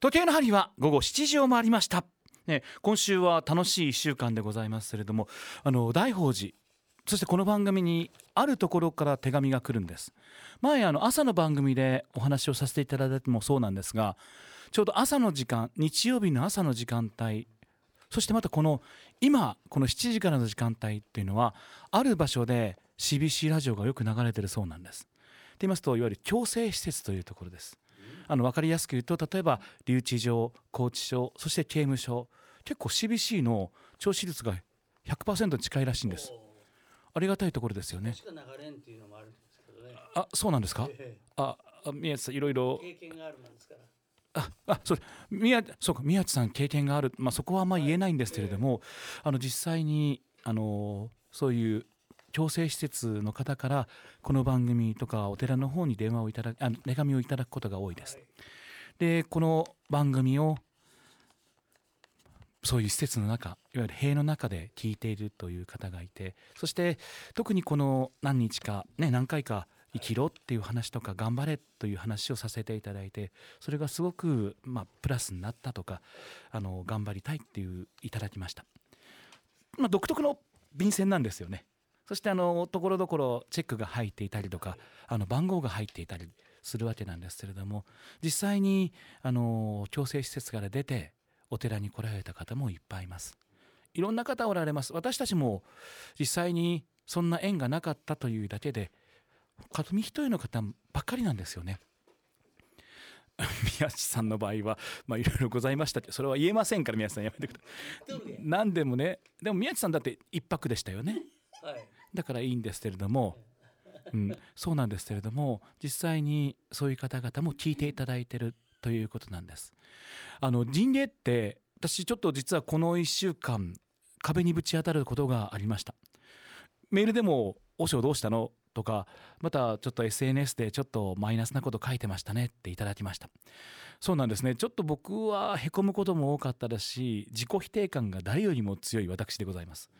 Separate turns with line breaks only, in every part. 時計の針は午後7時を回りました、ね、今週は楽しい1週間でございますけれどもあの大宝寺そしてこの番組にあるところから手紙が来るんです前あの朝の番組でお話をさせていただいてもそうなんですがちょうど朝の時間日曜日の朝の時間帯そしてまたこの今この7時からの時間帯っていうのはある場所で CBC ラジオがよく流れてるそうなんです。って言いますといわゆる強制施設というところです。あの分かりやすく言うと例えば留置場拘置所そして刑務所結構 CBC の聴取率が100%近いらしいんです。ありがたいところですよね
し。か流れんっていうのもあるんですけどね。
あそうなんですか
え
ああ宮地さんいろいろ
え経験があるもんですから。
ああそう宮そうか宮地さん経験がある、まあ、そこはあんま言えないんですけれども、あの実際にあのそういう強制施設の方からこの番組とかお寺の方に電話をいただあ手紙をいただくことが多いです。でこの番組をそういう施設の中いわゆる塀の中で聞いているという方がいてそして特にこの何日か、ね、何回か生きろっていう話とか頑張れという話をさせていただいてそれがすごく、まあ、プラスになったとかあの頑張りたいっていういただきました、まあ、独特の便箋なんですよねそしてあのところどころチェックが入っていたりとかあの番号が入っていたりするわけなんですけれども実際にあの強制施設から出てお寺に来られた方もいっぱいいますいろんな方おられます私たちも実際にそんな縁がなかったというだけで紙一重の方ばっかりなんですよね 宮地さんの場合はまあいろいろございましたってそれは言えませんから宮地さんやめてくださ
どう
い
ね。
何でもねでも宮地さんだって一泊でしたよね
はい。
だからいいんですけれども、うん、そうなんですけれども実際にそういう方々も聞いていただいてるということなんです。あの人芸って私ちょっと実はこの1週間壁にぶち当たることがありました。メールでも「和尚どうしたの?」とかまたちょっと SNS でちょっとマイナスなこと書いてましたねっていただきましたそうなんですねちょっと僕はへこむことも多かったですし自己否定感が誰よりも強い私でございます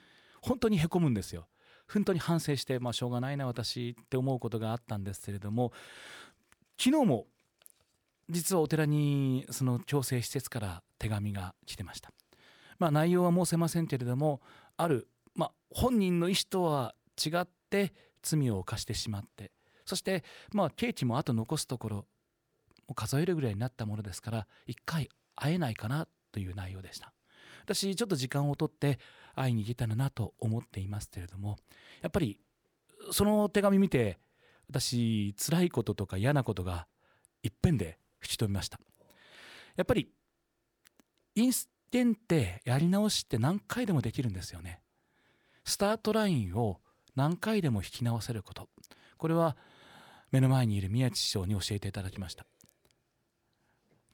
本当にへこむんですよ本当に反省して、まあ、しょうがないな私って思うことがあったんですけれども昨日も実はお寺にその強制施設から手紙が来てました、まあ、内容は申せませんけれどもある、まあ、本人の意思とは違って罪を犯してしまってそして、まあ、刑期もあと残すところもう数えるぐらいになったものですから一回会えないかなという内容でした私ちょっと時間を取って会いに行けたらなと思っていますけれどもやっぱりその手紙見て私辛いこととか嫌なことがいっぺんで吹き飛びましたやっぱりインステンってやり直しって何回でもできるんですよねスタートラインを何回でも引き直せることこれは目の前にいる宮地師匠に教えていただきました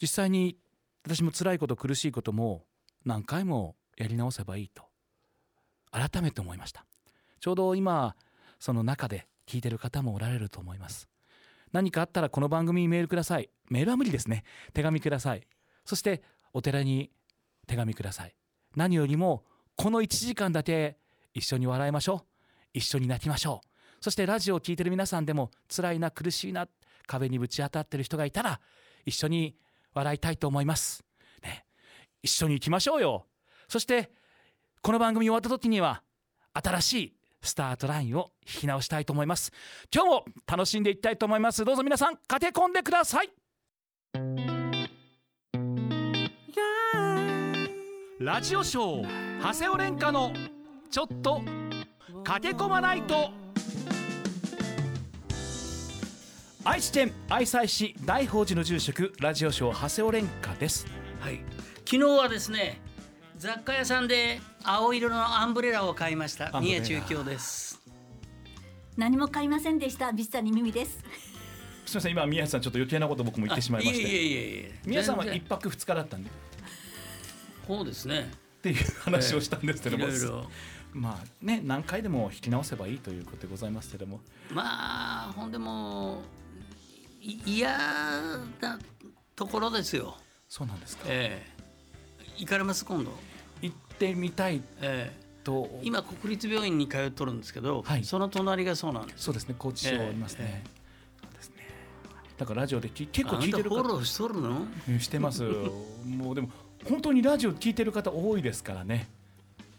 実際に私も辛いこと苦しいことも何回もやり直せばいいと改めて思いましたちょうど今その中で聞いてる方もおられると思います何かあったらこの番組にメールくださいメールは無理ですね手紙くださいそしてお寺に手紙ください何よりもこの1時間だけ一緒に笑いましょう一緒に泣きましょうそしてラジオを聞いてる皆さんでも辛いな苦しいな壁にぶち当たってる人がいたら一緒に笑いたいと思いますね一緒に行きましょうよそしてこの番組終わった時には新しいスタートラインを引き直したいと思います今日も楽しんでいきたいと思いますどうぞ皆さん駆け込んでくださいラジオショー長谷尾廉歌のちょっと駆け込まないと愛知県愛西市大宝寺の住職ラジオショー長谷尾廉歌です
はい。昨日はですね、雑貨屋さんで青色のアンブレラを買いました。
ンブレラ
三重中京です。
何も買いませんでしたビスタに耳で
す
す
みません今宮地さんちょっと余計なこと僕も言ってしまいまして
あいえいえいえいえ。
宮地さんは
全
一
然
泊二日だったんで
そうですね。
っていう話をしたんですけ
い
ども、
ろいろ。
まあね何回でも引き直せばいいということでございますけども
まあほんでもうい嫌なところですよ。
そうなんですか、
ええ行かれます今度。
行ってみたい
え
と
え今国立病院に通っとるんですけど、
はい
その隣がそうなんです。
そうですね高知市おりますね、そうですねだからラジオで聞い結構
あ
聞
ん
い
た
てる
フォ
方
ローしとるの
うんして ますもうでも本当にラジオ聞いてる方多いですからね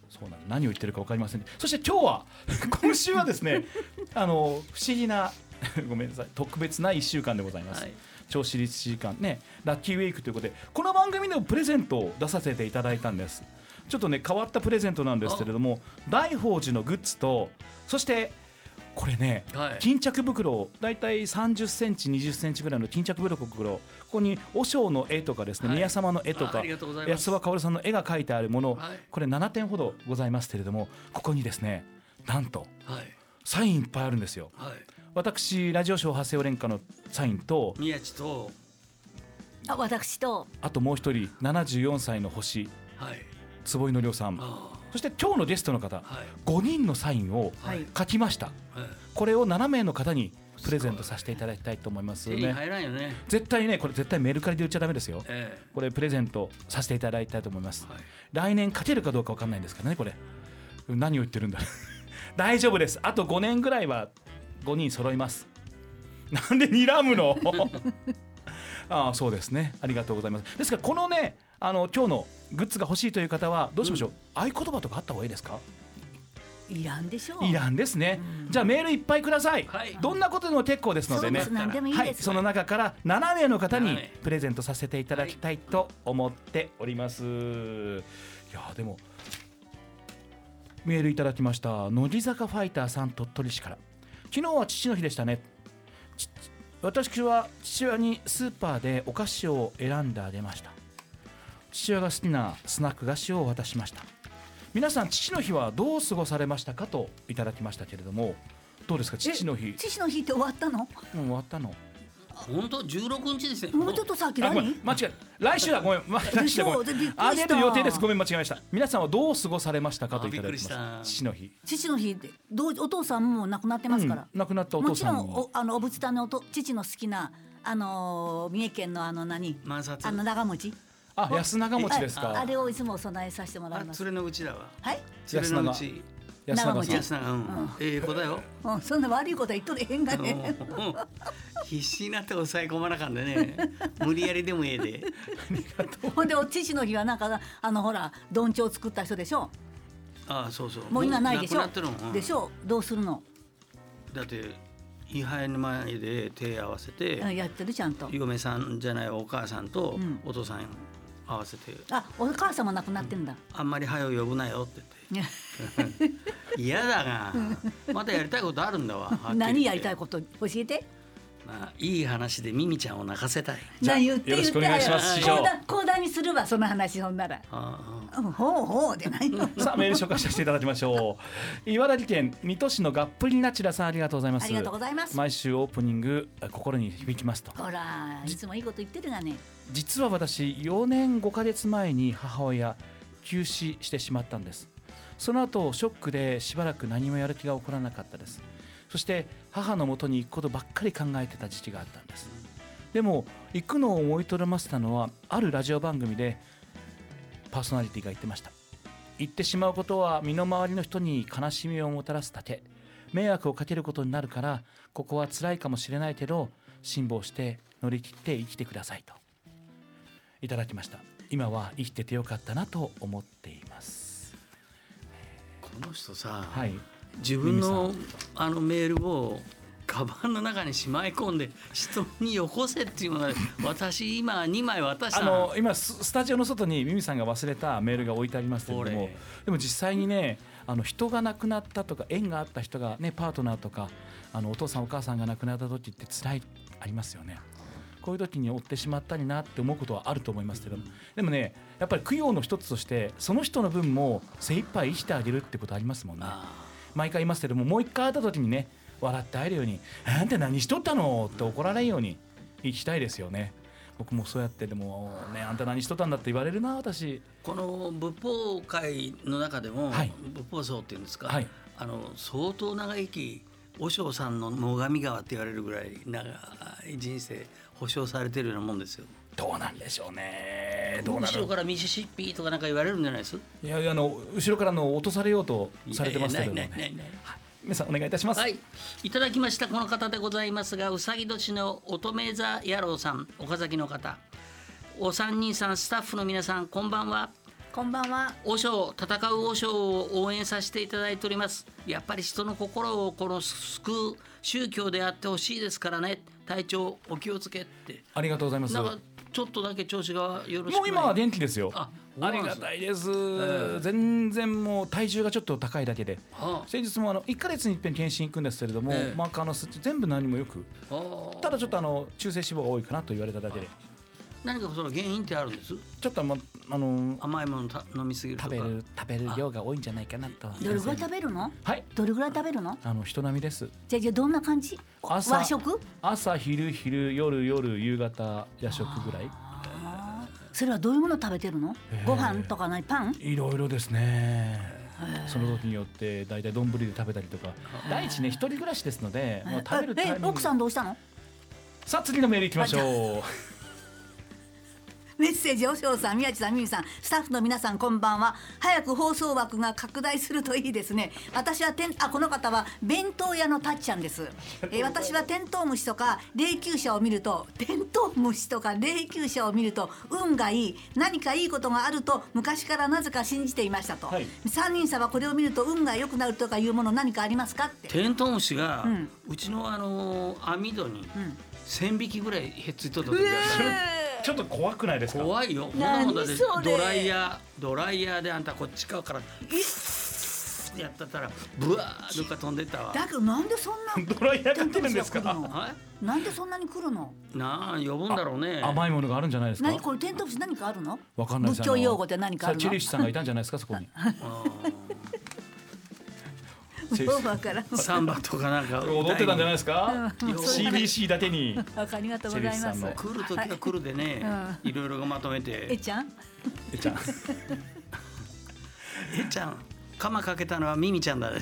そうなの何を言ってるか分かりませんそして今日は 今週はです ねあの不思議なごめんなさい特別な1週間でございます、
はい
調子率時間ねラッキーウェイクということでこの番組でもプレゼントを出させていただいたんですちょっとね変わったプレゼントなんですけれども大宝寺のグッズとそしてこれね
はい
巾着袋をだいたい3 0ンチ2 0ンチぐらいの巾着袋ここに和尚の絵とかですね、
はい
宮様の絵と
ああ
か
りがとうございます
安和薫さんの絵が描いてあるもの、
はい
これ7点ほどございますけれどもここにですねなんと
はい
サインいっぱいあるんですよ
はい
私ラジオショー発生連歌のサインと
宮地と
あ私と
あともう一人74歳の星
はい
坪井のりょうさん
あ
そして今日のゲストの方
あはい
5人のサインを
はい
書きました
はい
これを7名の方にプレゼントさせていただきたいと思います
手に
ね
入らんよね
絶対ねこれ絶対メルカリで売っちゃダメですよ
え
これプレゼントさせていただきたいと思います
えはい
来年勝てるかどうかわかんないんですからねこれ何を言ってるんだ 大丈夫ですあと5年ぐらいは5人揃いますなんで睨むの ああそうですねありがとうございますですからこのねあの今日のグッズが欲しいという方はどうしましょう、合言葉とかあった方がいいですか
いらんでしょう。
いらんですね、じゃあメールいっぱいください、
はい
どんなことでも結構ですの
そ
で
う
ね
です。何でもいい
は
で
い、
す。
その中から7名の方
7
に
名
プレゼントさせていただきたいと思っております。いやーでもメールいただきました乃木坂ファイターさん鳥取市から昨日は父の日でしたねち私は父親にスーパーでお菓子を選んであげました父親が好きなスナック菓子を渡しました皆さん父の日はどう過ごされましたかといただきましたけれどもどうですか父の日
父の日って終わったの？
もう終わったの
本当16日ですね
もうちょっと先
あごめん
何？
間違えた来週だごめん、ま、来週だごめん
でしょでびっくりした
あげる予定ですごめん間違えました皆さんはどう過ごされましたかといただきまし
あびっくりしたた
父の日
父の日ってどうお父さんもう亡くなってますから。
うん亡くなったお
も
父
ち
さ
ろ
ん
んおあのお仏壇のおと父の好きなあのー三重県のあの何？
満札
あの長持ち。
あ安永餅です
はいあ
か
れをいつもお供えさせてもら
あ
います
連。れのうちだわ
はい。
連れのうち
安永さん
長
安永うん
うん
ええ子だよ
うんそんな悪いことは言っとるへんが
うん
ね。
必死になって抑え込まなかんでね無理やりでもええで
ほんでお父の日はなんかあのほらどんちょう作った人でしょ。
ああそうそう
もう今ないでし
な
ょ
くなってるもんうん。
でしょどうするの？
だって位牌の前で手合わせて、
うんやってるちゃんと。
嫁さんじゃないお母さんと
うん
お父さん合わせて、
あお母様亡くなってんだ。
あんまり早を呼ぶなよって言って嫌だが またやりたいことあるんだわはっきり言って
何やりたいこと教えて。
まあ、いい話でミミちゃんを泣かせたい
じゃあ
何言って
よろしくお願いします
言って
師匠
講談講談にするわその話ほんなら。
ああ
うんほうほうでないの。
さあメール紹介させていただきましょう茨城県水戸市のがっぷりなちらさんありがとうございます
ありがとうございます
毎週オープニングあ心に響きますと
ほらいつもいいこと言ってるがね。
実は私4年5ヶ月前に母親急死してしまったんですその後ショックでしばらく何もやる気が起こらなかったですそして母のもとに行くことばっかり考えてた時期があったんですでも行くのを思いとどませたのはあるラジオ番組でパーソナリティが言ってました行ってしまうことは身の回りの人に悲しみをもたらすだけ迷惑をかけることになるからここは辛いかもしれないけど辛抱して乗り切って生きてくださいといただきました今は生きててよかったなと思っています
この人さ、
はい
自分のあのメールをカバンの中にしまい込んで人によこせっていうのが私今2枚渡し
あ
た
の今ススタジオの外にミミさんが忘れたメールが置いてありますけれども
俺
でも実際にねあの人が亡くなったとか縁があった人がねパートナーとかあのお父さんお母さんが亡くなった時って辛いありますよねこういう時に追ってしまったりなって思うことはあると思いますけどもでもねやっぱり供養の一つとしてその人の分も精一杯生きてあげるってことありますもんね。
あ
毎回言いますけどももう一回会った時にね笑って会えるように「あんた何しとったの?」って怒られんように生きたいですよね僕もそうやってでも「ねあんた何しとったんだ」って言われるな私
この仏法会の中でも、
はい
仏法僧っていうんですか、
はい
あの相当長生き和尚さんの最上川って言われるぐらい長い人生保証されてるようなもんですよ。
どうなんでしょうねどうな
後ろ
る
からミシシッピとかなんか言われるんじゃないです
いやいやあの後ろからの落とされようとされてましたけども
いやいやないない
ね
ないない
皆さんお願いいたします、
はい、いただきましたこの方でございますが、うさぎ年の乙女座野郎さん、岡崎の方。お三人さん、スタッフの皆さん、こんばんは。
こんばんは。
王将、戦う王将を応援させていただいております。やっぱり人の心をこの救う宗教であってほしいですからね。体調お気をつけって。
ありがとうございます
なんか
も
ちょっとだけ調子がよろしくない。
う今は元気ですよ
あ
あ
そうなん
り
ですね
がたいです、全然もう体重がちょっと高いだけで
は
先日もあの1か月に一遍検診行くんですけれども、
ええ
マーカーの数値全部何もよく
あ、はあ
ただちょっとあの中性脂肪が多いかなと言われただけで
何かその原因ってあるんです。
ちょっとあんまあの
甘いものた飲みすぎると
食
か。
べる食べる量が多いんじゃないかなと
どれぐらい食べるの？
はい
どれぐらい食べるの？
あの人並みです
じゃあじゃあどんな感じ？
朝
和食？
朝昼昼夜夜夕方夜食ぐらい
あーそれはどういうもの食べてるの
え？ー
ご飯とかないパン？
いろいろですねその時によって大体丼で食べたりとか第一ね一人暮らしですのでもう食べるタイミ
え
ング
奥さんどうしたの？
さあ次のメールいきましょ
メッセージおしょうさん宮地さんみゆさんスタッフの皆さんこんばんは早く放送枠が拡大するといいですね私はてんあこの方は弁当屋のたっちゃんです、えー私はテントウムシとか霊柩車を見るとテントウムシとか霊柩車を見ると運がいい何かいいことがあると昔からなぜか信じていましたと、
はい
三人差はこれを見ると運が良くなるとかいうもの何かありますかって、
テントウムシが、
う
うんちのあのー網戸に
うん、
千匹ぐらいへっついとった
う
時があったの
う
え
ちょっと怖くないですか
怖いよ。
何
こんなもんだって
それ
ドライヤードライヤーであんたこっち側からってやったったらブワーどっか飛んでったわ。
だけどなんでそんな
ドライヤーかけるんです
テントウムシが来る
か
の
は
なんでそんなに来るの
い。なあ呼ぶんだろうね。
甘いものがあるんじゃないですか
何これテントウムシ何かあるの
わかんないです
仏教用語って何かある
さチェリ
の
ッシュさんがいたんじゃないですかそこにチェリッシ
そう
ュ
わからん
うんサンバとかなん か
踊ってたんじゃないですか
うん
CBC だけに
わかりがとうござい
チェ
ま
リー
す
さんの。
来る時が来るでね、、
はい
ろいろがまとめ
え
て
ちゃん、
えちゃん
えちゃん鎌かけたのはミミちゃんだね。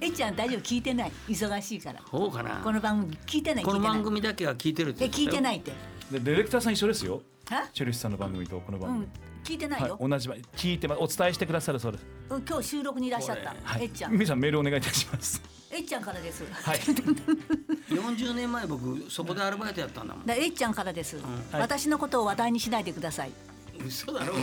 えちゃん大丈夫聞いてない、忙しいから。
そうかな。
この番組聞いてない。
この番
聞い
組だけは聞いてるって。
てない。え、聞いてないいって。
でディレクターさん一緒ですよ
は？
チェリッシュさんの番組とこの
う
番組
ん、聞いてないよ。
はい、同じ番聞いてますお伝えしてくださるそうです、
うん今日収録にいらっしゃった
これ。
はい、
えちゃん、
皆さんメールお願いいたします
えちゃんか らです。
はい
40年前僕そこでアルバイトやったんだもん。
だえちゃんからです、
はい
私のことを話題にしないでください。
嘘だろ。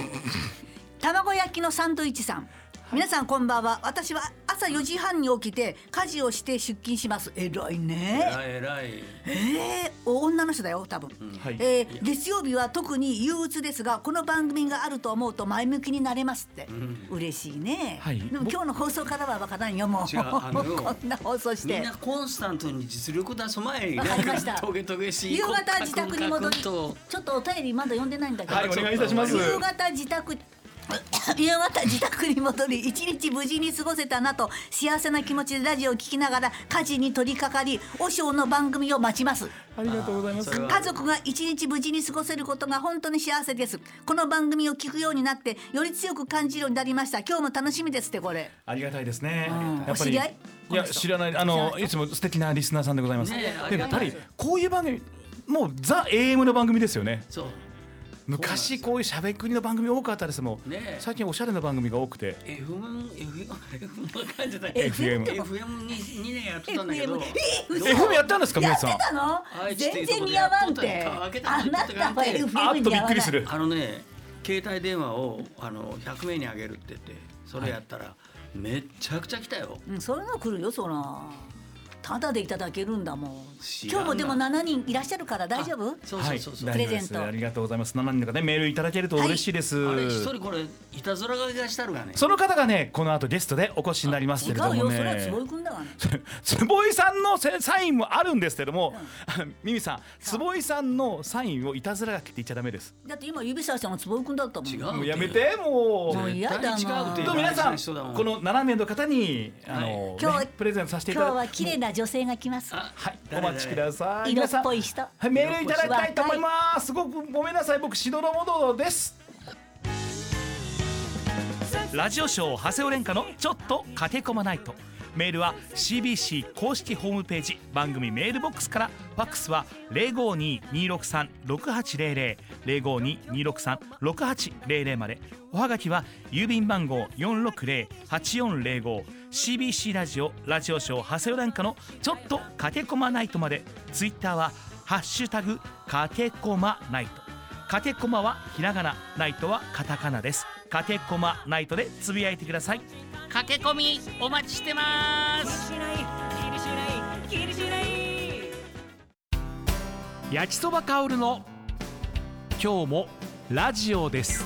卵焼きのサンドイッチさん。皆さんこんばんは。私は朝4時半に起きて家事をして出勤します。えらいね。
えらい
ええお女の人だよ多分、
はい
えー月曜日は特に憂鬱ですがこの番組があると思うと前向きになれますって、嬉しいね、
はい
でも今日の放送からは分からんよもう
違うあのよ
こんな放送し
み
て
んなコンスタントに実力出す前に
わかりました
なんかトゲトゲしい
夕方自宅に戻りち
と
ょっとお便りまだ読んでないんだけど、
はいお願いいたします
夕方自宅 夕方自宅に戻り一日無事に過ごせたなと幸せな気持ちでラジオを聞きながら家事に取り掛かり和尚の番組を待ちます
ありがとうございます
それは
家族が一日無事に過ごせることが本当に幸せですこの番組を聞くようになってより強く感じるようになりました今日も楽しみですってこれ
ありがたいですね、
うん
やっぱり
お知り合い
いや知らないあのいつも素敵なリスナーさんでございます、
ねえあ
で
り
や
が
ったぱ
いで
り
す
こういう番組もうザ AM の番組ですよね
そう
昔こういうしゃべくりの番組多かったですもん、
ねえ
最近おしゃれな番組が多くて
FM FM わかんじゃない
FM
FM に2年やってたんだけど
FM
どう
FM やったんですか
や
皆
って
さん
たの
愛知ってい
全
うとこ
然
で
似
や
合
っとっ
わん
た
て
よ
あ
開けた
なたは
開けた
FM
あっ
に
とび
合
っ
わ
くり
な
す
い
る
あのね携帯電話をあの100名にあげるって言ってそれやったら、めっちゃくちゃ来たよ
うんそういうの来るよそらただでいただけるんだもん
知ら
今
ん
日
な
もでも7人いらっしゃるから大丈夫
あそうそうそうそう、
はい、大丈夫で
プレゼ
す
ント
ありがとうございます7人の方ねメールいただけると嬉しいです、
あれ一人これいたずらががしたるがね
その方がねこの後ゲストでお越しになりますけ
違
れど
う
も
よ
ね
それは坪井君だわね
坪井さんのせサインもあるんですけども、あのミミさん坪井さんのサインをいたずら書きって言っちゃダメです
だって今指さしたの坪井君だったもん
違う
もう
って
やめてもう
もう嫌だもん
絶対違うって
と皆さん
人だもん
この7名の方にあ
は
の、
い今日は
ねプレゼントさせてい
今
た
日
だ
はい綺麗な女性が来ます
あ
はいお
誰
待ちください
色
皆
っ
さん
ぽい人
はいメールいただきたいと思いますすごくごめんなさい僕シドロモドロですラジオショー長谷尾廉歌のちょっと駆け込まないとメールは CBC 公式ホームページ番組メールボックスからファックスは0522636800 0522636800までおはがきは郵便番号460-8405
CBC ラジオラジオショー長谷よんかのちょっと駆け込まないとまでツイッターはハッシュタグ駆け込まないと駆け込まはひらがなナイトはカタカナです駆け込まナイトでつぶやいてください
駆け込みお待ちしてます
焼きそばかおるの今日もラジオです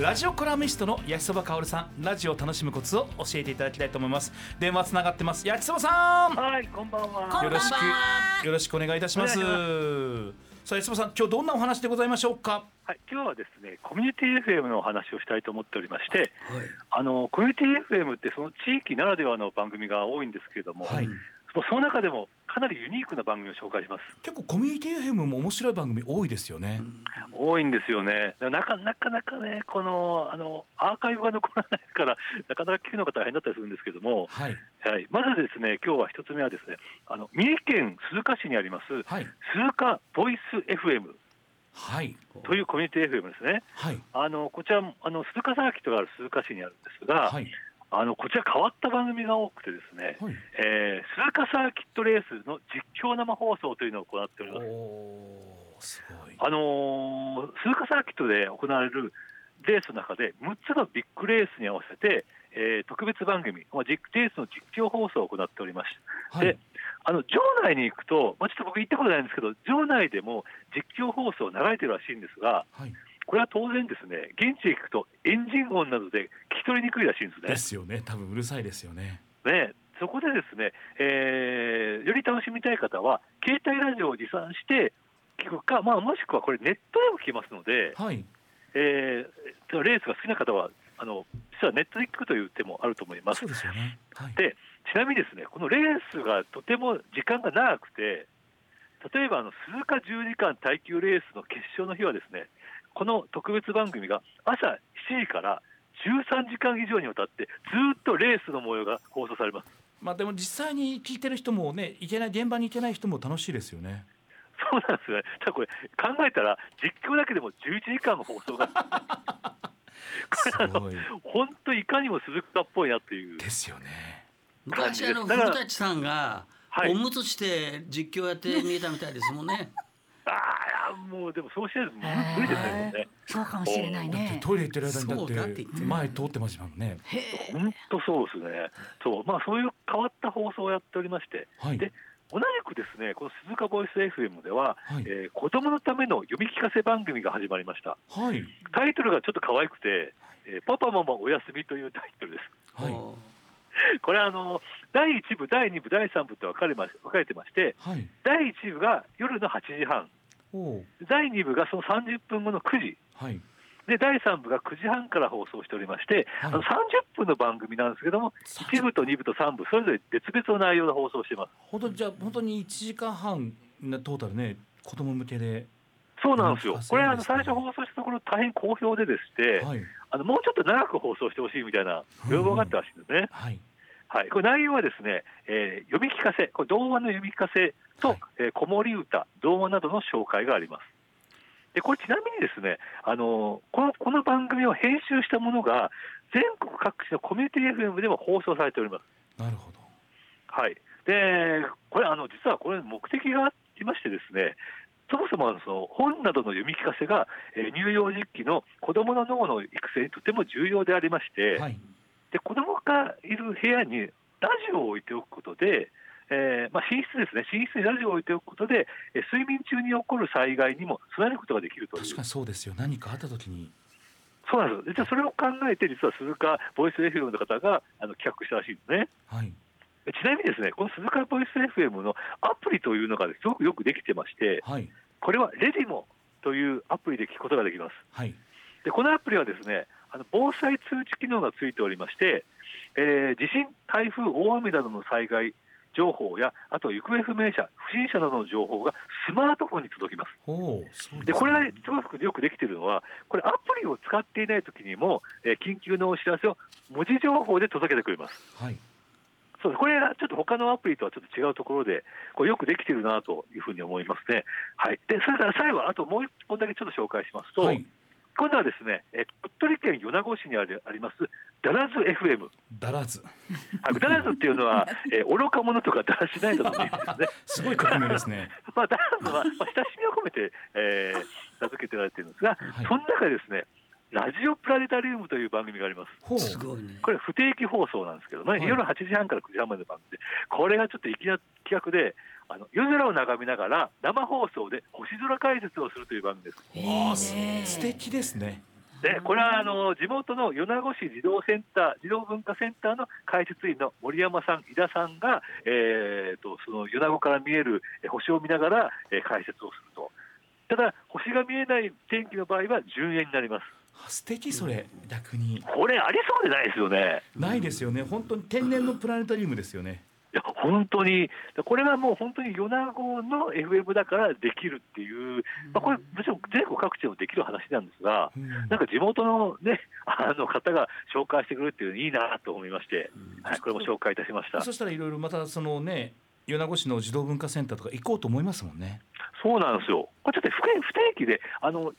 ラジオコラムニストの焼きそばかおるさんラジオを楽しむコツを教えていただきたいと思います電話つながってます焼きそばさん
はい、こんばんは。
よろし
こんばんは
くよろしくお願いいたします
お願い
さあ焼きそばさん今日どんなお話でございましょうか
はい、今日はですね、コミュニティ FM のお話をしたいと思っておりまして、あのコミュニティ FM ってその地域ならではの番組が多いんですけれども、
はい
そその中でもかなりユニークな番組を紹介します。
結構コミュニティ FM も面白い番組多いですよね、
多いんですよね。なかなかなかね、このあのアーカイブが残らないから、なかなか聞くのが大変だったりするんですけども、
はい
はい、まずですね、今日は一つ目はですね、あの三重県鈴鹿市にあります
はい
鈴鹿ボイス FM
はい
というコミュニティ FM ですね。
はい
あのこちらあの鈴鹿サーキットがある鈴鹿市にあるんですが、
はい
あのこちら変わった番組が多くてですね、
はい
えー鈴鹿サーキットレースの実況生放送というのを行っており
お
ます。
ーすごい
あのー鈴鹿サーキットで行われるレースの中で6つのビッグレースに合わせて、えー特別番組、まあ、実レースの実況放送を行っておりまして、
はい
であの場内に行くと、まあ、ちょっと僕行ったことないんですけど、場内でも実況放送流れてるらしいんですが、
はい
これは当然ですね、現地へ行くとエンジン音などで聞き取りにくいらしいんで
ですすよね多分うるさいですよね
ね。ねそこでですね、えーより楽しみたい方は、携帯ラジオを持参して聞くか、まあ、もしくはこれ、ネットでも聞きますので、
はい
えーレースが好きな方はあの、実はネットで聞くという手もあると思います
そ。うですよねはい
でちなみにですね、このレースがとても時間が長くて、例えばあの鈴鹿10時間耐久レースの決勝の日はですね、この特別番組が朝7時から13時間以上にわたってずっとレースの模様が放送されます。
まあでも実際に聞いてる人もね行けない現場に行けない人も楽しいですよね
そうなんですよね。ただこれ考えたら実況だけでも11時間の放送が
す ごい
本当いかにも鈴鹿っぽいなっていう。
ですよね
昔あの
だから
古舘さんが
はい
おむつして実況やって見えたみたいですもんね。
ああもうでもそうしないと無理ですね。もうね
そうかもしれないね。
トイレ行ってる間
そ
に
うだ
だっ
って
て
言って
前通ってましたもんね
へえ
本当そうですね、そうまあ、そういう変わった放送をやっておりまして、
はい
で同じくですねこの鈴鹿ボイス FM では、
はい
えー子供のための読み聞かせ番組が始まりました、
はい
タイトルがちょっと可愛くて、えーパパ、ママおやすみというタイトルです。
はい
こ
これあの第1部、第2部、第3部と分かれま分かれてまして、
はい
第1部が夜の8時半、
おおー
第2部がその30分後の9時、
はい
で第3部が9時半から放送しておりまして、
は
あ
い
の30分の番組なんですけども、
30
1部と2部と3部、それぞれ別々の内容で放送してます。
本当にじゃあ本当に一時間半なトータルね子供向けで
そうなんですよ
あ、そ
こ
う
れ、
な
あ
んで
の
すね
最初放送したところ、大変好評ででして、
はい
あのもうちょっと長く放送してほしいみたいな要望があったらしいんですね。
はい
はい、これ内容はですね、えー読み聞かせ、これ童話の読み聞かせと、
はい
えー子守歌、童話などの紹介があります。でこれちなみにですね、あのーこのこの番組を編集したものが全国各地のコミュニティ FM でも放送されております。
なるほど
はい、でこれあの、実はこれ、目的がありまして、ですねそもそもあのその本などの読み聞かせが、えー乳幼児期の子どもの脳の育成にとても重要でありまして、
はい
で子どもがいる部屋にラジオを置いておくことで、えーまあ、寝室ですね、寝室にラジオを置いておくことで、えー睡眠中に起こる災害にも備えることができるという
確かにそうですよ何かあった時に
そうなんです、実はそれを考えて、実は鈴鹿ボイス FM の方があの企画したらしいんですね。
はい
ちなみにですね、この鈴鹿ボイス FM のアプリというのがすごくよくできてまして、
はい
これはレディモというアプリで聞くことができます。
はい
で、このアプリはですね、あの防災通知機能がついておりまして、えー地震、台風、大雨などの災害情報や、あと行方不明者、不審者などの情報がスマートフォンに届きます。
おおそう
で、これが
ね
すごくよくできているのは、これアプリを使っていない時にも、えー緊急のお知らせを文字情報で届けてくれます。
はい
そうですこれはちょっと他のアプリとはちょっと違うところで、これよくできてるなというふうに思いますね。はい、でそれから最後、あともう一本だけちょっと紹介しますと、
はい
今度はですね、えー鳥取県米子市にあるあります、ダラズ FM。
だらず
あダラズっていうのは、えー愚か者とかだらしないだとかですね。
すごい革命ですね
まあ、ダラズは、まあ、親しみを込めて、えー名付けてられてるんですが、
はい
その中でですね、ラジオプラネタリウムという番組があります。
ほう
すごいね。
これ不定期放送なんですけどね、
い
夜8時半から9時半までの番組で、これがちょっと粋な企画で、あの夜空を眺めながら生放送で星空解説をするという番組です。
あーす
ね
素敵ですね
でこれはあの地元の米子市児童センター児童文化センターの解説員の森山さん、井田さんが、えー、とその米子から見えるえー星を見ながら、えー解説をすると。ただ星が見えない天気の場合は順延になります。
あ素敵それ逆に
これありそうでないですよね。
ないですよね本当に天然のプラネタリウムですよね
いや本当に、これがもう本当に米子の FM だからできるっていう、まあ、これ、もちろん全国各地でもできる話なんですが、
うん
なんか地元の,、ね、 あの方が紹介してくれるっていうのいいなと思いまして、はい、これも紹介いたしました。
そしたらいろいろまたそのね米子市の児童文化センターとか行こうと思いますもんね
そうなんですよ、これちょっと不定不定期で、あの1、2ヶ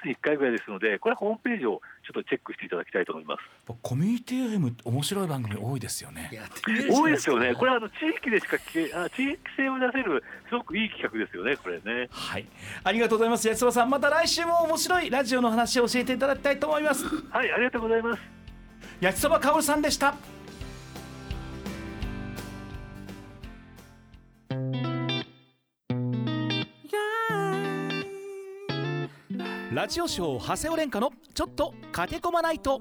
月に1回ぐらいですので、これ、ホームページをちょっとチェックしていただきたいと思います。
やっぱコミュニティ FM って面白い番組多いですよね
やってみるしかな
多いですよね、これはあの地域でしか聞けあ、地域性を出せる、すごくいい企画ですよね、これね。
はいありがとうございます八つ葉さんまた来週も面白いラジオの話を教えていただきたいと思います
はい、ありがとうございます。
八つ葉かおるさんでしたラジオショー長谷尾廉歌のちょっと駆け込まないと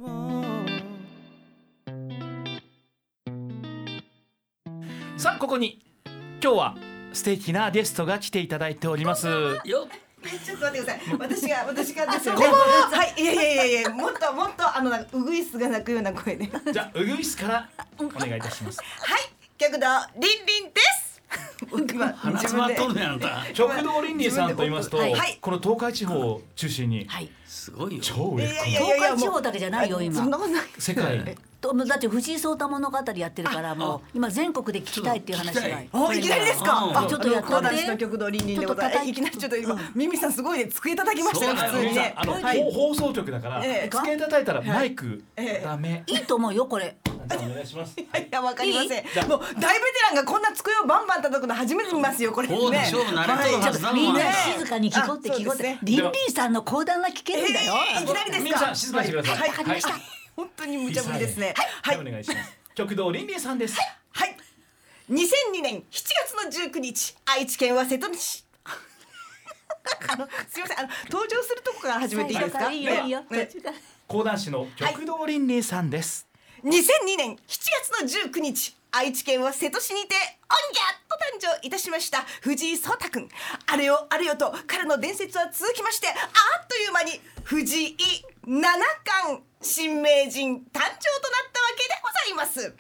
さあここに今日は素敵なゲストが来ていただいております
よっ
ちょっと待ってください。私が私がですよね。はい。いやいやいやいや、もっともっとあのなんかうぐいすが鳴くような声で。はい。
じゃあうぐいすからお願いいたし ます
極道りんりんです。僕は
鼻
自
詰ま
分
っ
で。
とるねあんた。
極道倫理さんと言いますと、
はいはい
この東海地方を中心に
はい
すごいよ。
超
い
上
や
から
いやいやいや
東
も
海
う
地方だけじゃないよ今
そんなことない。
世界
とだって藤井聡太物語やってるからもう今全国で聞きたいっていう話
ちょっと
が
聞き
おいきなりですか。
うん
あ
ちょっとやっ
あの講
た
談
ね
師の極道りんりんでございます。
ちょっと叩い
いきなりちょっと今、ミミさんすごいね机叩きましたね
そう
普通にね。
あの、
はい。
放放送局だから、
ええ
机叩いたらマイク、
ええ
ダメ。
いいと思うよこれ
じゃあお願いします。
いやわかりません。もう大ベテランがこんな机をバンバン叩くの初めて見ますよこれね。
そうでしょう慣れとるはずだもん
みんな
ね。
静かに聞こうって聞こうって
あそう
りんりんさんの講談が聞けるんだよ
えーいきなりですか。
皆さん静かにしてください。
はいわかりました
はい
本当に無茶ぶりですね。
はい、お願いします。極道りんりんさんです。
はい。2002年7月の19日、愛知県は瀬戸内市。 あのすみません、あの登場するとこから始めていいですか。
いいよいいよ
ねね
途中から
講談師の極道りんりんさんです。
2002年7月の19日愛知県は瀬戸市にてオンギャと誕生いたしました藤井聡太君あれよあれよと彼の伝説は続きましてあっという間に藤井七冠新名人誕生となったわけでございます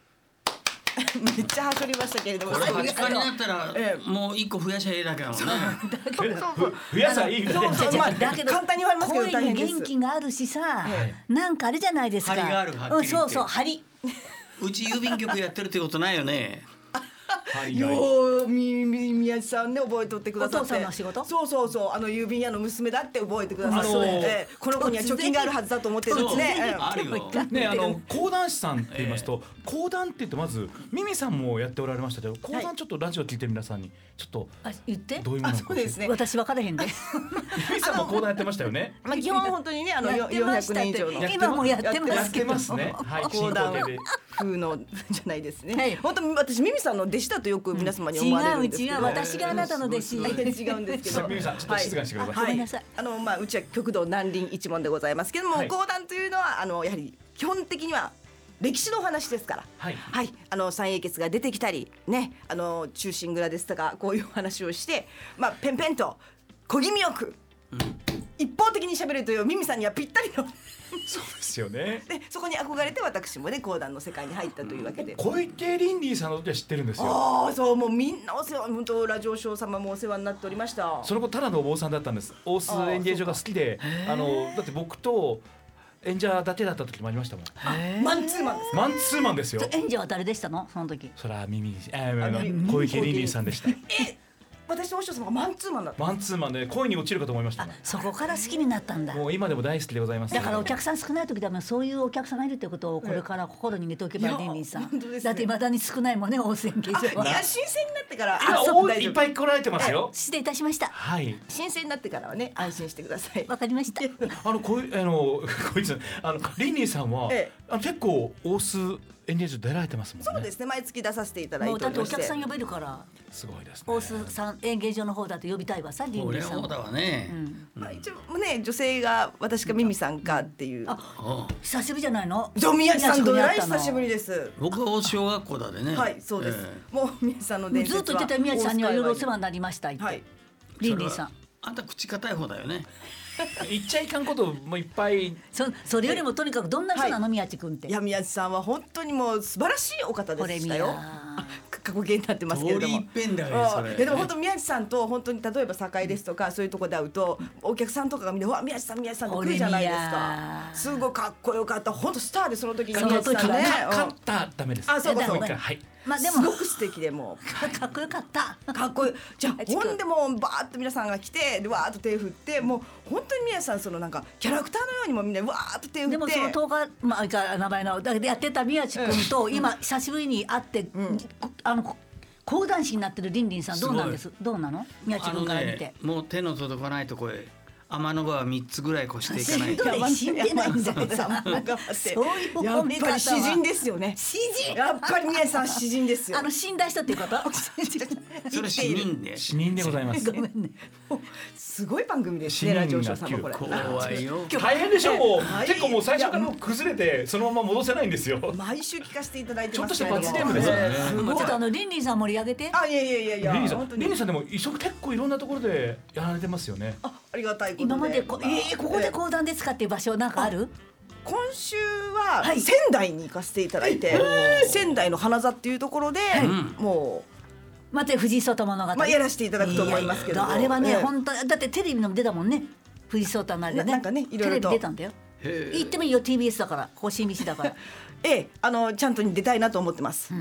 めっちゃはしょりましたけれども
これ
最後に
八冠になった
え
ら
え
もう一個増やしゃいいだけだもんね。
ふふやさんいい
そうそうまあ
だけど
簡単に終わりますけど大
声に
変です
元気があるしさ
え
なんかあれじゃないですか
張りがあるはっきり言って
うんそうそう張り
うち郵便局やってるってことないよね。
はいはい
ようみみ宮地さんね覚えとってくださって
お父さんの仕事
そうそうそうあの郵便屋の娘だって覚えてくださって、
あのー
ええこの子には貯金があるはずだと思ってるんですねええ
あるよ。
ね、あの講談師さんって言いますと、講談って言ってまずミミさんもやっておられましたけど講談ちょっとラジオ聞いてる皆さんにちょっと
あ言って
どういうものな
あ
の
そ
か
うですね
私分からへんで
ミミさんも講談やってましたよね
まあ基本本当にねあの
や
よ
ってまし
400
たっ
年
て
以上の
今もや
やって
ってますけど
やってますねはい
講 談
進行形で
風のじゃないですね、
はい
本当に私ミミさんの弟子だとよく皆様に
違
思われる
うん
ですけ
違
ど、
う私があなたの弟子
大体違うんですけど。
ミミさんちょっと静かにしてください
ごめんなさい。
あのまあうちは極道南林一門でございますけども、
はい
講談というのはあのやはり基本的には歴史のお話ですから。
はい
はい、あの三英傑が出てきたりね、あの忠臣蔵ですとかこういうお話をして、まあペンペンと小気味よく、一方的に喋るというミミさんにはぴったりの。
そうですよね
で そこに憧れて私もね講談の世界に入ったというわけで。
小池倫理さんの時は知ってるんですよ
ああそうもうみんなお世話本当ラジオショー様もお世話になっておりました。
その後ただのお坊さんだったんです大須演芸場が好きであのだって僕と演者だけだった時もありましたもん
マンツーマンです。
マンツーマンですよ
演者は誰でしたのその時
そらミミあ
あの
小池倫理さんでした
私と和尚様がマンツーマンだった
マンツーマンで恋に落ちるかと思いました
あ
ね
そこから好きになったんだ
もう今でも大好きでございます
だからお客さん少ない時でもそういうお客さんがいるってことをこれから心に入れておけばいいね
いや
ミンさん、
本当ですね
だっていまだに少ないもんね温泉形
あい
状は
や新鮮になってから
今
あそう
お
大
い
丈
っ
夫
ぱい来られてますよ
失礼いたしました
はい
新鮮になってからはね安心してください
わかりました
あのこいあの こいつあのリンリンさんは、
ええ
あの結構大須演芸場出られてますもんね
そうですね毎月出させていただい
も
て
う
お
だっ
り
てお
まし
客
て
さん呼べるから
すごいですね
大須さん演芸場の方だと呼びたいわさリン
こ
リ
れ
ンさん
は
も
だわね、
うん
まあ一応ね女性が私かミミさんかっていう
あ
ああ
久しぶりじゃないの
ジョミヤさんどえら
宮地君に
い
会ったの
久しぶりです
僕は小学校だでね
はいそうです
え
もうミミさんの
もう
伝説
ずっ
は
と言ってた宮地さんにはいろいろお世話に
な
なりましたって、
はい
え
リンリンさ
それ
ん
はあんた口硬い方だよね
言っちゃいかんこともいっぱい
そそれよりもとにかくどんな人なの、宮地君って
いや宮地さんは本当にもう素晴らしいお方
こ
で
れ
し
見
た
や
よあか過去形になってますけれども
通り一遍だよそれ
うんいやでも本当宮地さんと本当に例えば堺ですとかそういうとこで会うとお客さんとかがみんな「うわ宮地さん宮地さん」って来るじゃないですか
俺宮
すごいかっこよかった本当スターでその時に
その
宮地
時
さんね
か
うん
勝ったらダメです
あそうかそ
も
う
う
か
一回はい
まあです
ご
も
く素敵でもう
かっこよかった
かっこいいじゃあ
違う
ほんでもうバーッと皆さんが来てでわーっと手振ってもう本当に宮地さんそのなんかキャラクターのようにもみんなわーっと手振って
でもその10日、まあ、いか名前のだけどやってた宮地君と今久しぶりに会って、こあのこ講談師になってるりんりんさんどうなんですどうなの宮地
あの
君から見て、
ねもう手の届かないとこへ天の川三つぐらい越してい
し
かなんい
ど
と
や
い死んでないんだ けどさ
頑張って
そういう
や
褒
っ
め方
ぱり
は
詩人ですよね
詩人
やっぱり宮地さん詩人ですよ
あの死んだ人っていうこと
それ死人で
死人でございます
ごめんね
すごい番組です
詩
ね
人が
ラジオショーさんもこれ
怖いよ
大変でしょもう、
はい
結構もう最初からもう崩れてそのまま戻せないんですよ
毎週聞かせていただいてます
ちょっとした罰ゲーム
け
です
れど
よ
も
ね
ええす
もう
ご
ちょ
い
っとあのりんりんさん盛り上げて
あいやいやいやいや
リンリンさん
本当
リンリン
に
さんでも一緒結構いろんなところでやられてますよね
あありがたいこと
今までこ、えー、ここで講談ですかっていう場所なんかある
今週は
はい
仙台に行かせていただいて、仙台の花座っていうところで、も
まて藤井聡太物語、
う、まあ、やらせていただくと思いますけれども
いやいやあれはね、
ええ
本当だってテレビのも出たもんね藤井聡太のあれでね
ななんかねいろい
テレ
ろと
ビ出たんだよ
へえ
言ってもいいよ TBS だから星見市だから
ええあのちゃんとに出たいなと思ってます、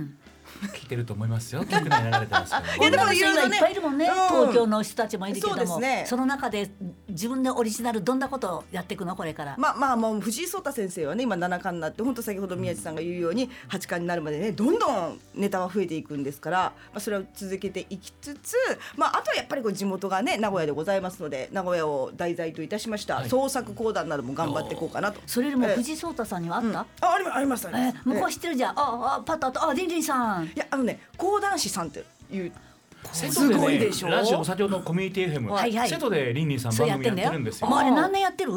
聞いてると思いますよ局内流れてますから
いやでも
女の人がいっぱいいるもんね、
いろいろねうん
東京の人たちもいるけども
そうですね
の中で自分でオリジナルどんなことをやっていくのこれから、
まあまあもう藤井聡太先生はね今七冠になって本当先ほど宮地さんが言うように八冠になるまでねどんどんネタは増えていくんですから、まあ、それを続けていきつつ、まあ、あとはやっぱりこう地元がね名古屋でございますので名古屋を題材といたしました、
はい
創作講談なども頑張っていこうかなと。
それよりも
ええ
藤井聡太さんにはあった、
あありありますあり
え
ます
ー向こうは知ってるじゃん、ああパッとあったあリンリンさん
いやあのね講談師さんっていう
瀬戸
す
でね
ごいでしょ
ラジオ先ほどのコミュニティ FM、
はいはい
瀬戸でリンリンさん
それ
番
やっ
組
てんだ
やっ
よ
てるんです
もう
よ
あれ何年やってる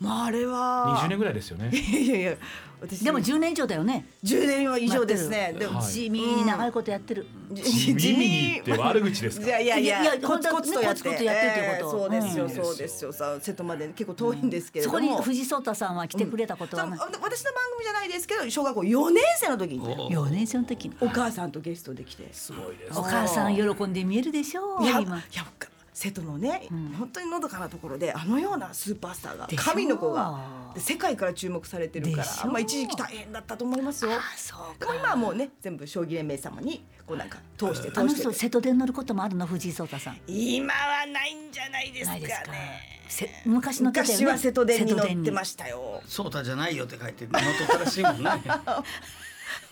まああれは
20年ぐらいですよ ね
いやいやいや私
でも10年以上だよね
10年以上です
や
ね
って
で
る
も
はい
地味に長いことやってる、
地味にって悪口ですか
いやいやいや
いやいや
コツコツとやって
本当にコツコツやってってこと
そうですよ、
うん
そうですよさ瀬戸まで結構遠いんですけれ
そ
ども、
こに藤井聡太さんは来てくれたこと
そ
は
う
な
私
い
の番組じゃないですけど小学校4年生の時に
お
4年生の時に
お母さんとゲストで来て
すごいです
お母さん喜んで見えるでしょう
いやい
今
や瀬戸のね、本当にのどかなところであのようなスーパースターが神の子がで世界から注目されてるか
でし
ら、
ょ
まあ、一時期大変だったと思いますよ。
そう
でも今はもうね全部将棋連盟様にこうなんか通して
あの
通して
人瀬戸で乗ることもあるの藤井聡太さん
今はないんじゃないですか
ないですか
ね。
せ昔の手だよね
昔は瀬戸電に乗ってま
し
したよ。
そうたじゃないよって書いて乗っとったらしいもん ね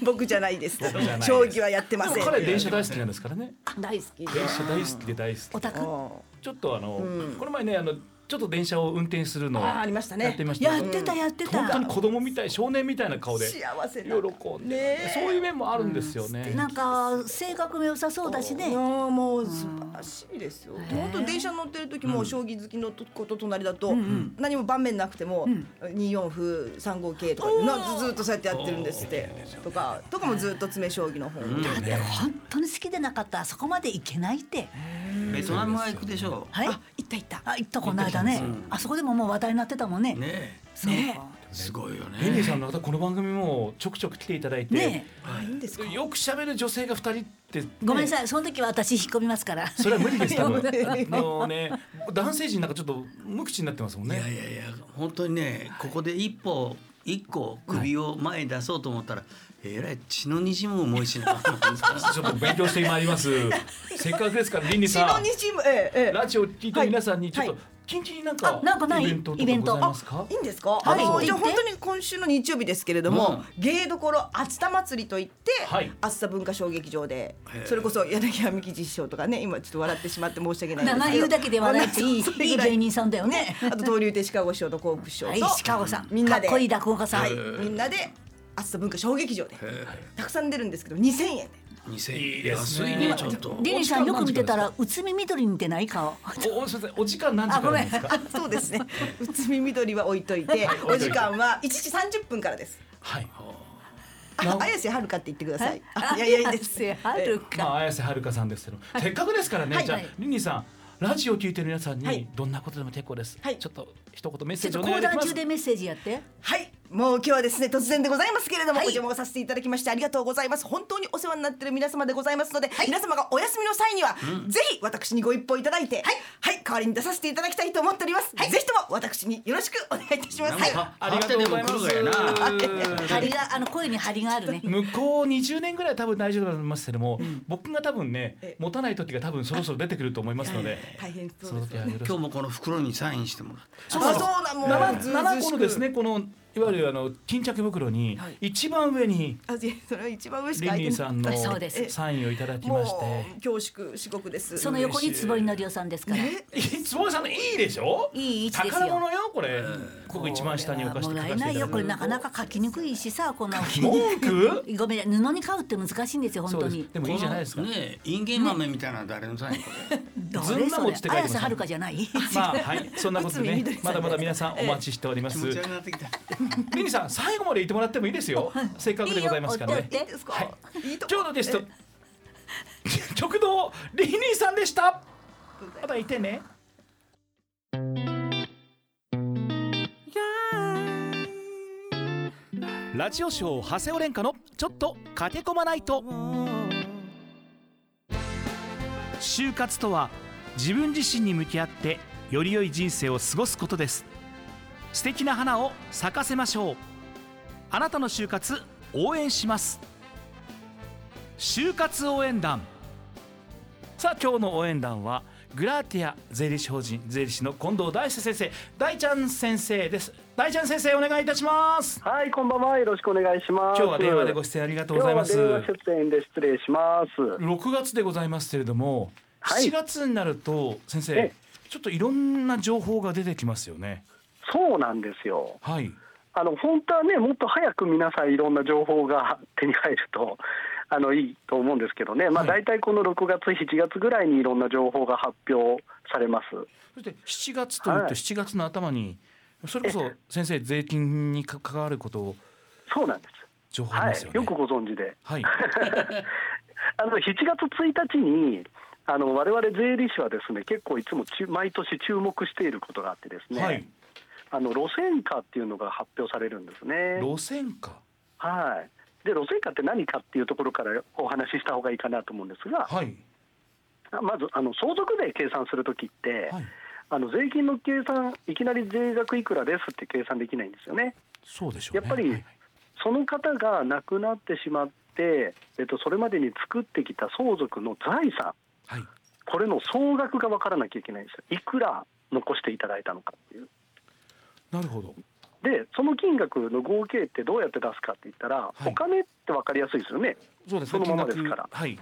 僕じゃないです。
僕じゃないです
将棋はやってません。
彼電車大好きなんですからね
た大好き
電車大好きで大好き
オタク
う
ちょっとあの、この前ねあのちょっと電車を運転するのを
あーありましたね
やってみました
や
け
っ
ど
てたやってた
本当に子供みたい少年みたいな顔
ん
で
幸せな。
喜んで
ねえ
そういう面もあるんですよね、
なんか性格も良さそうだし
い
ね
やーもう素晴らしいですよ。
ん
本当電車乗ってる時も将棋好きの子と隣だと何も盤面なくても2四歩3五桂とかなずっとそうやってやってるんですってとかとかもずっと詰将棋の方
だって本当に好きでなかったらあそこまで行けないって
ベトナムは行くでしょ
はい
あ行った行った。
あ行ったこの間ねあそこでももう話題になってたもんね
うね
そう
ね
えすごいよ
レニーさ
ね
んの方この番組もちょくちょく来ていただいて、
ね
あいいんですか。
よく喋る女性が二人って、
ごめんな
ね
さいその時は私引っ込みますから
それは無理です多 分
いやいやいや
あのね男性陣なんかちょっと無口になってますもん
い
ね
やいやいや本当にねここで一歩一個首を前に出そうと思ったら、えらい血の滲む思いしなかったんです か
ちょっと勉強してまい ります。せっかくですから、リンリ
血の
さん。
滲むええええ
ラジオ聞いて皆さんに、ちょっと
はい、
近々なん
あなんかな
か、
い
イベントと
イ
か
ベ
ご
ント
ざいますか
い。いんですか。
はい
あのじゃあ
言
本
って
当に今週の日曜日ですけれども、芸どころ熱田祭りといって、
はい
熱田文化小劇場で
へえ、
それこそ柳家美希師匠とかね、今ちょっと笑ってしまって申し訳ないんですけど。
名前言うだけで笑いっていい
それぐら
いい芸人さんだよね
あと東流亭鹿子師匠と幸福師匠
はい
と、
石川さん
みんなで
かっこいい落語家さん、
はい、みんなで熱田文化小劇場でたくさん出るんですけど2000円で。
2000
いいです
安
ね
いねちょっと
リリーさんよく見てたらうつみ緑に似てない顔
お、おすみません、お時間何時
あ
か
ご
ら
め
なん
ん
ですか。
そうです ね。うつみ緑は置いといて、お時間は1時30分からです。
はい。
あ綾瀬はるかって言ってください。あいやいや いいです。
あるか、
まあ、綾瀬はるかさんですけど、せっかくですからね、
はい
じゃあ
はい、
リンリさん。ラジオ聞いてる皆さん
はい
に、どんなことでも結構です。
はい
ちょっと、一言メッ
ち
セ
ょ
ー
っ
ジ
と
お
講
願いでき
談
ます
中。でメッセージやって
はい、もう今日はですね突然でございますけれども、
はい
お邪魔をさせていただきましてありがとうございます本当にお世話になっている皆様でございますので、皆様がお休みの際には、ぜひ私にご一報いただいてはい、代わりに出させていただきたいと思っております、ぜひとも私によろしくお願いいたします
なん
はい
か
ありがとうございます
勝手でも来るぞやな
張りがあの声に張りがあるね
向こう20年ぐらいは多分大丈夫だと思いますけども、僕が多分ね
え
持たない時が多分そろそろ出てくると思いますので
大変そう
そ
で
の
す
時はよろしく
今日もこの袋にサインしてもらって
そうなの
七
ずうずうしく
七個のですねこのいわゆるあの巾着袋に
はい
一番上に
あいやそれは一番上し
リ
か
ン
空い
リ
て
ン
ない
さんの
そうです
サインをいただきまし
もう恐縮至極です
その横に坪井のりおさんですから、
ていつもさんのいいでしょ
いい位置ですよ
宝物よこれここ一番下に置かせ
も
て
らえ
書かせ
な
てい
いよ
た
これな
だ
かなか書きにくいしさこんな
き文句
ごめん布に買うって難しいんですよ
そ
本当
うです
に
でもいいじゃないですか
このねインゲン豆みたいなの誰のサインこれ
ずんなもつって書いてま
綾
す
瀬はるかじゃない
まあはいそん なことで
内
ね
海みどりさん
まだまだ皆さんお待ちしておりま
気
す
持ち悪くなってきた
リンさん最後まで言ってもらってもいいで すよ。せっかくでございますからね。
いいよ追って追って
いいですか、
はい
いいとこ
今日のゲスト極道リンリンさんでした。またいてね。ラジオショー長谷尾廉歌のちょっと駆け込まないと。就活とは自分自身に向き合ってより良い人生を過ごすことです素敵な花を咲かせましょうあなたの就活応援します就活応援団さあ今日の応援団はグラーティア税理士法人税理士の近藤大輔先生大ちゃん先生です大ちゃん先生お願いいたします
はい、こんばんは。よろしくお願いします。
今日は電話でご出演ありがとうございます
今日は電話出演で失礼します。
6月でございますけれども、
はい
7月になると先
え
生
え
ちょっといろんな情報が出てきますよね
そうなんですよ。
はい
あの本当はね、もっと早く皆さんいろんな情報が 手に入ると。あのいいと思うんですけどね、まあ、
は
大体この6月、7月ぐらいにいろんな情報が発表されます。
そして7月という
は
と
い
7月の頭にそれこそ先生税金に関わることを
そうなんです。
情報あり
は
ま
い
すよ、ね
よくご存知で。
はい
あの7月1日にあの我々税理士はですね結構いつもちゅ毎年注目していることがあってですね、
はい
あの路線価っていうのが発表されるんですね。
路線価
はい、で路線価って何かっていうところからお話しした方がいいかなと思うんですが、
はい
まずあの相続税計算するときって、
はい
あの税金の計算いきなり税額いくらですって計算できないんですよね。
そうでしょうね
やっぱり
はい
その方が亡くなってしまって、えっと、それまでに作ってきた相続の財産
はいはい
これの総額が分からなきゃいけないんですよ、いくら残していただいたのかっていう。
なるほど
で、その金額の合計ってどうやって出すかって言ったら、
い
お金って分かりやすいですよね、
そうですね
そのまま
金額
ですから
はい、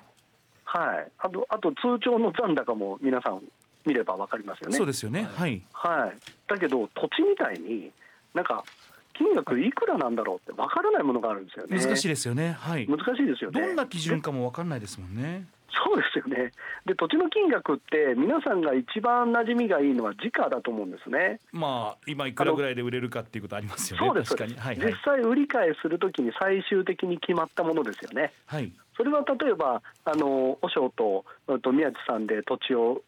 はい、あとあと通帳の残高も皆さん見れば分かりますよね。
そうですよねはい
はい、だけど、土地みたいに、なんか、金額いくらなんだろうって分からないものがあるんですよね。
難しい
い
ですよねはい
難しいですよね。
どんな基準かもわかんないですもんね
そうですよね。で、土地の金額って、皆さんが一番馴染みがいいのは時価だと思うんですね。
まあ今いくらぐらいで売れるかっていうことありますよね
そうです、
確かにはいは
実
い
際、売り買いするときに最終的に決まったものですよね。
はい
それは例えば、あの和尚とうんと宮地さんで土地を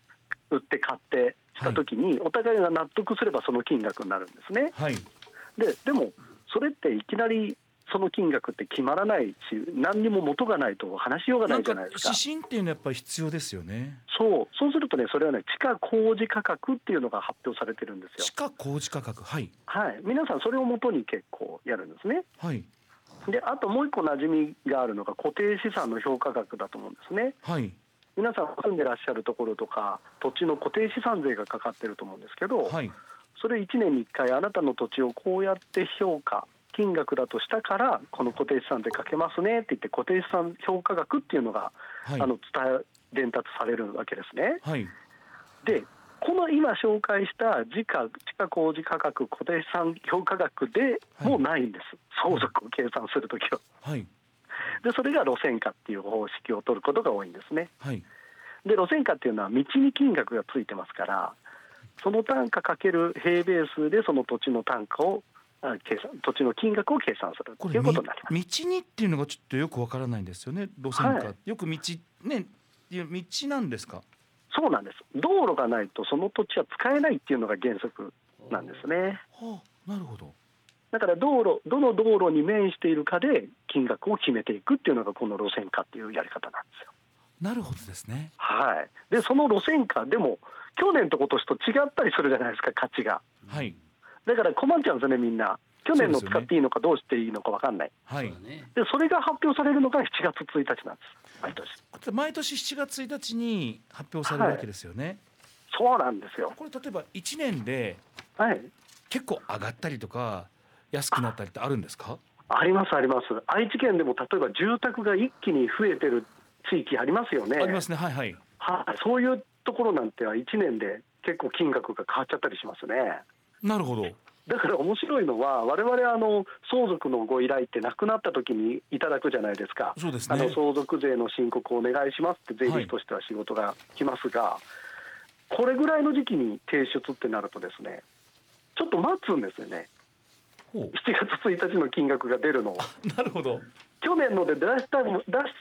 売って買ってしたときに、お互いが納得すればその金額になるんですね。
はい
ででも、それっていきなりその金額って決まらないし、何にも元がないと話しようがな
ないん
じ
か
ゃないですか。
指針っていうのはやっぱり必要ですよね
そうそうするとね、それはね、地価工事価格っていうのが発表されてるんですよ
地。価工事価格はい
はい、皆さん、それを元に結構やるんですね。
はい
であともう一個馴染みがあるのが固定資産の評価額だと思うんですね。
はい
皆さん住んでらっしゃるところとか土地の固定資産税がかかってると思うんですけど、
はい
それ1年に1回あなたの土地をこうやって評価金額だとしたからこの固定資産税かけますねって言って固定資産評価額っていうのが、
はい
あの伝え伝達されるわけですね。
はい
でこの今紹介した時価地価工事価格固定資産評価額でもうないんです、相続を計算するときは。
はい
でそれが路線価っていう方式を取ることが多いんですね。
はい
で路線価っていうのは道に金額がついてますからその単価かける平米数でその土地の単価をあ計算土地の金額を計算する
ことれ
いう
み
こ
道
とになります。
にっていうのがちょっとよくわからないんですよね路線か、
はい
よく道ねいや道なんですか
そうなんです道路がないとその土地は使えないっていうのが原則なんですね
はあなるほど
だから道路どの道路に面しているかで金額を決めていくっていうのがこの路線価っていうやり方なんですよ
なるほどですね
はいでその路線価でも去年と今年と違ったりするじゃないですか価値が
はい
だから困っちゃうんですよねみんな去年の
そうです
使
よね
っていいのかどうしていいのか分かんない
はい
そうだね
でそれが発表されるのが7月1日なんです毎年
これ毎年7月1日に発表されるわけですよね、
そうなんですよ
これ例えば1年で
はい
結構上がったりとか安くなったりってあるんですか
ありますあります愛知県でも例えば住宅が一気に増えてる地域ありますよね
ありますねはいはい
はいそういうところなんては1年で結構金額が変わっちゃったりしますね
なるほど
だから面白いのは我々あの相続のご依頼って亡くなった時にいただくじゃないですか
そうです
あの
ね
相続税の申告をお願いしますって税理士としては仕事が来ますが、これぐらいの時期に提出ってなるとですねちょっと待つんですよね
ほ
7月1日の金額が出るのを
うなるほど
去年ので出した出す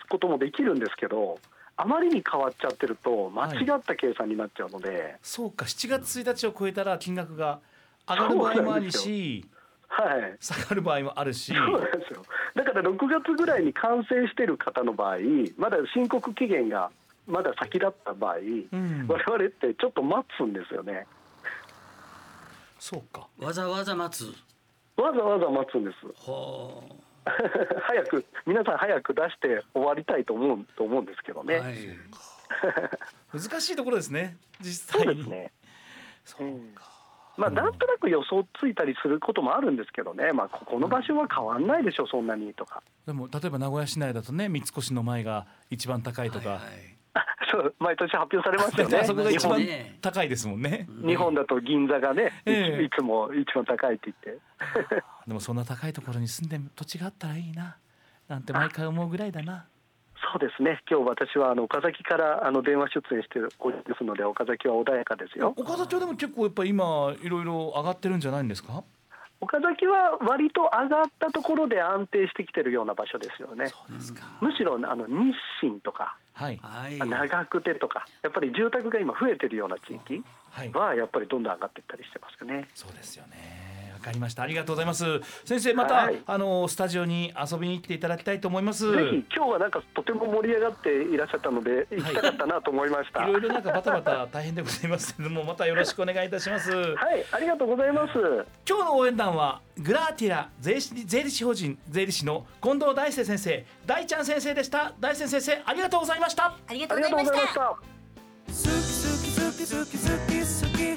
こともできるんですけどあまりに変わっちゃってると間違った計算になっちゃうので、
そうか7月1日を超えたら金額が上がる場合もあるし
はい、
下がる場合もあるし
そうなんですよだから6月ぐらいに完成してる方の場合まだ申告期限がまだ先だった場合、
ん
我々ってちょっと待つんですよね
そうか
わざわざ待つ
わざわざ待つんです
は
早く皆さん早く出して終わりたいと思うと思うんですけど
あ、
ね、
はい、
難しいところですね実
そう
際
で
に
すね
そう
まあなんとなく予想ついたりすることもあるんですけどね、まあ、ここの場所は変わんないでしょそんなにとか
でも例えば名古屋市内だとね三越の前が一番高いとか、
はい
あそう毎年発表されます
大
よ
体
ね
あそこが一番
日本ね
高いですもんね
日本だと銀座がね、い
ええ
いつも一番高いって言って
でもそんな高いところに住んで土地があったらいいななんて毎回思うぐらいだな
そうですね。今日私はあの岡崎からあの電話出演しておりますので岡崎は穏やかですよ。
岡田町でも結構やっぱ今いろいろ上がってるんじゃないんですか
岡崎は割と上がったところで安定してきてるような場所ですよね。
そうですか
むしろあの日清とか
はい
はい
長久手とかやっぱり住宅が今増えてるような地域
はい
はやっぱりどんどん上がっていったりしてますよね。
そうですよねわかりましたありがとうございます先生また、
はい
あのスタジオに遊びに来ていただきたいと思います
ぜひ今日はなんかとても盛り上がっていらっしゃったので行きたかったなと思いました。
い
はい
ろいろなんかバタバタ大変でございますけれどもまたよろしくお願いいたします
い、ありがとうございます。
今日の応援団はグラーティラ税理士税理士法人税理士の近藤大輔先生大ちゃん先生でした大輔先生ありがとうございました
ありが
あ
とう
り
ご
が
ざい
とう
ま
ご
し
ざいま
た
した。
好き好き好き好き好き